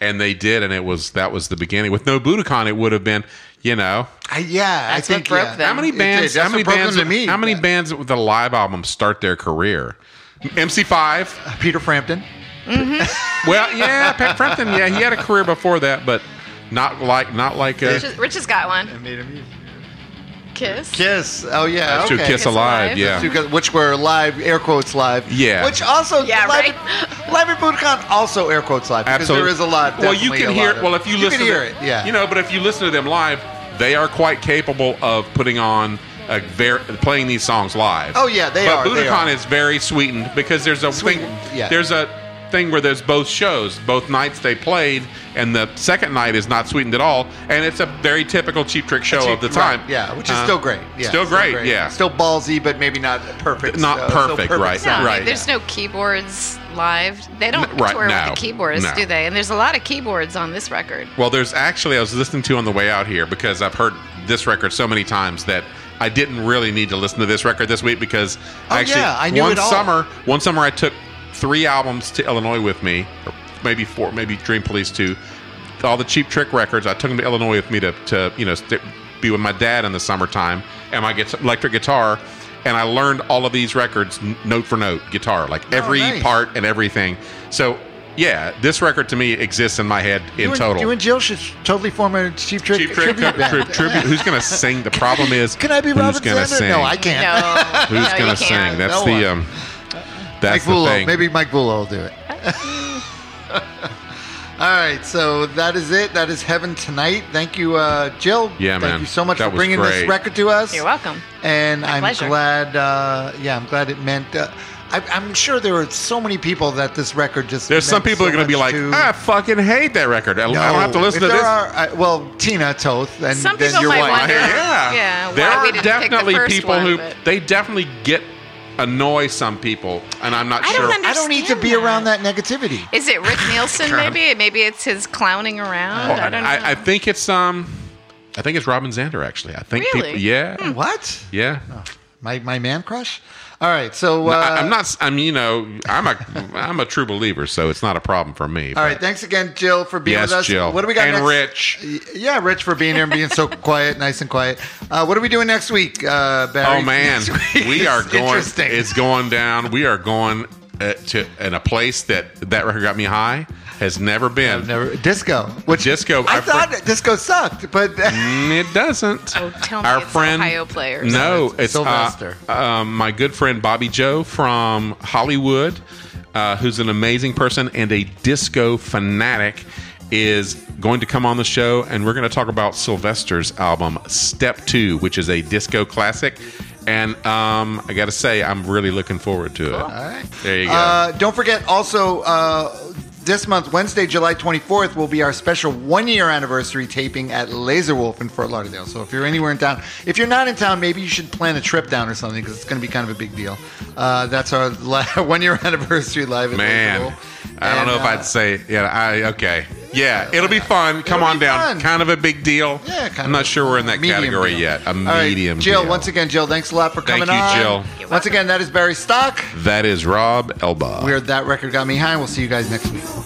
F: and they did and it was that was the beginning with no Budokan it would have been you know
H: I, yeah.
G: That's
H: I
G: what
H: think
G: broke
H: yeah.
G: them.
F: how many
H: It did.
F: bands
H: That's
F: how many
H: what broke them
F: bands
H: to me. Uh,
F: how many
H: Yeah.
F: bands with a live album start their career MC5
H: Peter Frampton.
F: Well, yeah, Pat Frampton. Yeah, he had a career before that, but not like not like uh, a
G: Rich, Rich has got one.
H: I made him use
G: Kiss.
H: Kiss. Oh yeah.
F: That's true,
H: okay.
F: Kiss Alive.
G: Alive.
F: Yeah,
H: Because- Which were live, air quotes live.
F: Yeah.
H: Which also,
G: Yeah,
H: live,
G: right?
H: at, <laughs> live at Budokan, also air quotes live. Because
F: absolutely.
H: there is a lot.
F: Well, you
H: definitely
F: can
H: a
F: hear.
H: lot of-
F: Well, if you,
H: you
F: listen,
H: can hear
F: to,
H: it. Yeah.
F: you know. But if you listen to them live, they are quite capable of putting on a ver- playing these songs live.
H: Oh, yeah, they
F: but
H: are, they
F: Budokan
H: are.
F: is very sweetened because there's a
H: Sweetened,
F: thing.
H: yeah.
F: There's a thing where there's both shows, both nights they played, and the second night is not sweetened at all, and it's a very typical cheap trick show of the time.
H: Right, yeah, which is
F: Uh,
H: still great. Yeah,
F: still great. Yeah,
H: Still ballsy, but maybe not perfect.
F: Not
H: so
F: perfect, right,
G: No, I
H: sound.
G: mean,
F: right.
G: there's no keyboards live. They don't
F: N- right,
G: tour
F: no,
G: with the keyboards,
F: no.
G: do they? And there's a lot of keyboards on this record.
F: Well, there's actually, I was listening to on the way out here because I've heard this record so many times that I didn't really need to listen to this record this week because
H: Oh,
F: actually,
H: yeah, I knew
F: one
H: it all.
F: summer, one summer I took three albums to Illinois with me, or maybe four, maybe Dream Police 2, all the Cheap Trick records. I took them to Illinois with me to, to you know, st- be with my dad in the summertime and my guitar, electric guitar. And I learned all of these records n- note for note, guitar, like every
H: Oh, nice.
F: part and everything. So, yeah, this record to me exists in my head in
H: you and,
F: total.
H: You and Jill should totally form a Cheap Trick,
F: Cheap Trick
H: tribute
F: tribute,
H: band.
F: tribute. Who's gonna sing? The problem is,
H: Can I be
F: who's
H: Robin
F: gonna
H: Zander?
F: sing?
H: No, I
G: No,
H: can't.
G: no,
F: <laughs> Who's
G: you
F: gonna
G: can't.
F: sing? That's
H: No one.
F: the um.
H: Mike
F: That's the
H: Vullo.
F: thing.
H: Maybe Mike Vullo will
F: <laughs>
H: do it. All right, so that is it. That is Heaven Tonight. Thank you, uh, Jill.
F: Yeah,
H: Thank
F: man.
H: you so much
F: That
H: for
F: was
H: bringing this
F: great.
H: record to us.
G: You're welcome.
H: and I'm
G: pleasure.
H: glad. Uh, yeah, I'm glad it meant. Uh, I, I'm sure there are so many people that this record just.
F: There's some
H: meant
F: people
H: so
F: are gonna be like,
H: much to.
F: I fucking hate that record. I, I
H: No.
F: don't have to listen
H: If
F: to
H: there
F: this.
H: Are, I- well, Tina Toth, and
G: Some
H: then
G: people
H: your
G: might
H: wife.
G: wonder-
F: yeah,
G: Yeah, why
F: There
G: we
F: are
G: didn't pick the
F: definitely
G: first
F: people
G: one,
F: who
G: but-
F: they definitely get annoy some people, and I'm not
G: I don't
F: sure.
G: under-
H: I don't need to
G: understand
H: be
G: that.
H: around that negativity.
G: Is it Rick
F: <laughs>
G: Nielsen? maybe. Maybe it's his clowning around. I don't know.
F: Oh, I, I think it's um, I think it's Robin Zander actually. I think
G: Really? Hmm.
F: people, yeah,
H: What?
F: yeah.
H: My my man crush. All right, so uh,
F: I, am not. I'm you know. I'm a. I'm a true believer, so it's not a problem for me.
H: All right, thanks again, Jill, for being
F: Yes,
H: with us.
F: Jill.
H: What do we got
F: And Rich.
H: next? Y- Yeah, Rich for being here and
F: <laughs>
H: being so quiet, nice and quiet. Uh, what are we doing next week, uh, Barry?
F: Oh
H: <laughs>
F: man,
H: Next week
F: we
H: is
F: are going.
H: Interesting.
F: It's going down. We are going uh, to in a place that that record got me high has never been.
H: Never, disco. Which
F: Disco,
H: I,
F: I for-
H: thought that disco sucked, but <laughs>
F: Mm, It doesn't.
G: Oh, tell me it's Ohio players.
F: No,
H: It's
F: it's
H: Sylvester.
F: uh, um, my good friend Bobby Joe from Hollywood, uh, who's an amazing person and a disco fanatic, is going to come on the show, and we're going to talk about Sylvester's album Step Two, which is a disco classic. And um, I got to say, I'm really looking forward to it.
H: all right.
F: There you go.
H: Uh, don't forget also uh, this month, Wednesday, July 24th, will be our special one year anniversary taping at Laser Wolf in Fort Lauderdale. So if you're anywhere in town, if you're not in town, maybe you should plan a trip down or something because it's going to be kind of a big deal. Uh, that's our <laughs> li- one year anniversary live at
F: Man,
H: Laser Wolf.
F: I don't
H: And,
F: know if
H: uh,
F: I'd say. Yeah, I okay. Yeah, it'll be fun. Come
H: It'll
F: on
H: be
F: down.
H: fun.
F: Kind of a big deal.
H: Yeah, kind
F: I'm not
H: of.
F: sure we're in that
H: Medium
F: category
H: deal.
F: yet. A
H: All right,
F: medium.
H: Jill,
F: deal.
H: once again, Jill, thanks a lot for
F: Thank
H: coming
F: you,
H: on.
F: Jill. You're
H: Once again, that is Barry Stock.
F: that is Rob Elba.
H: Weird That Record Got Me High. We'll see you guys next week.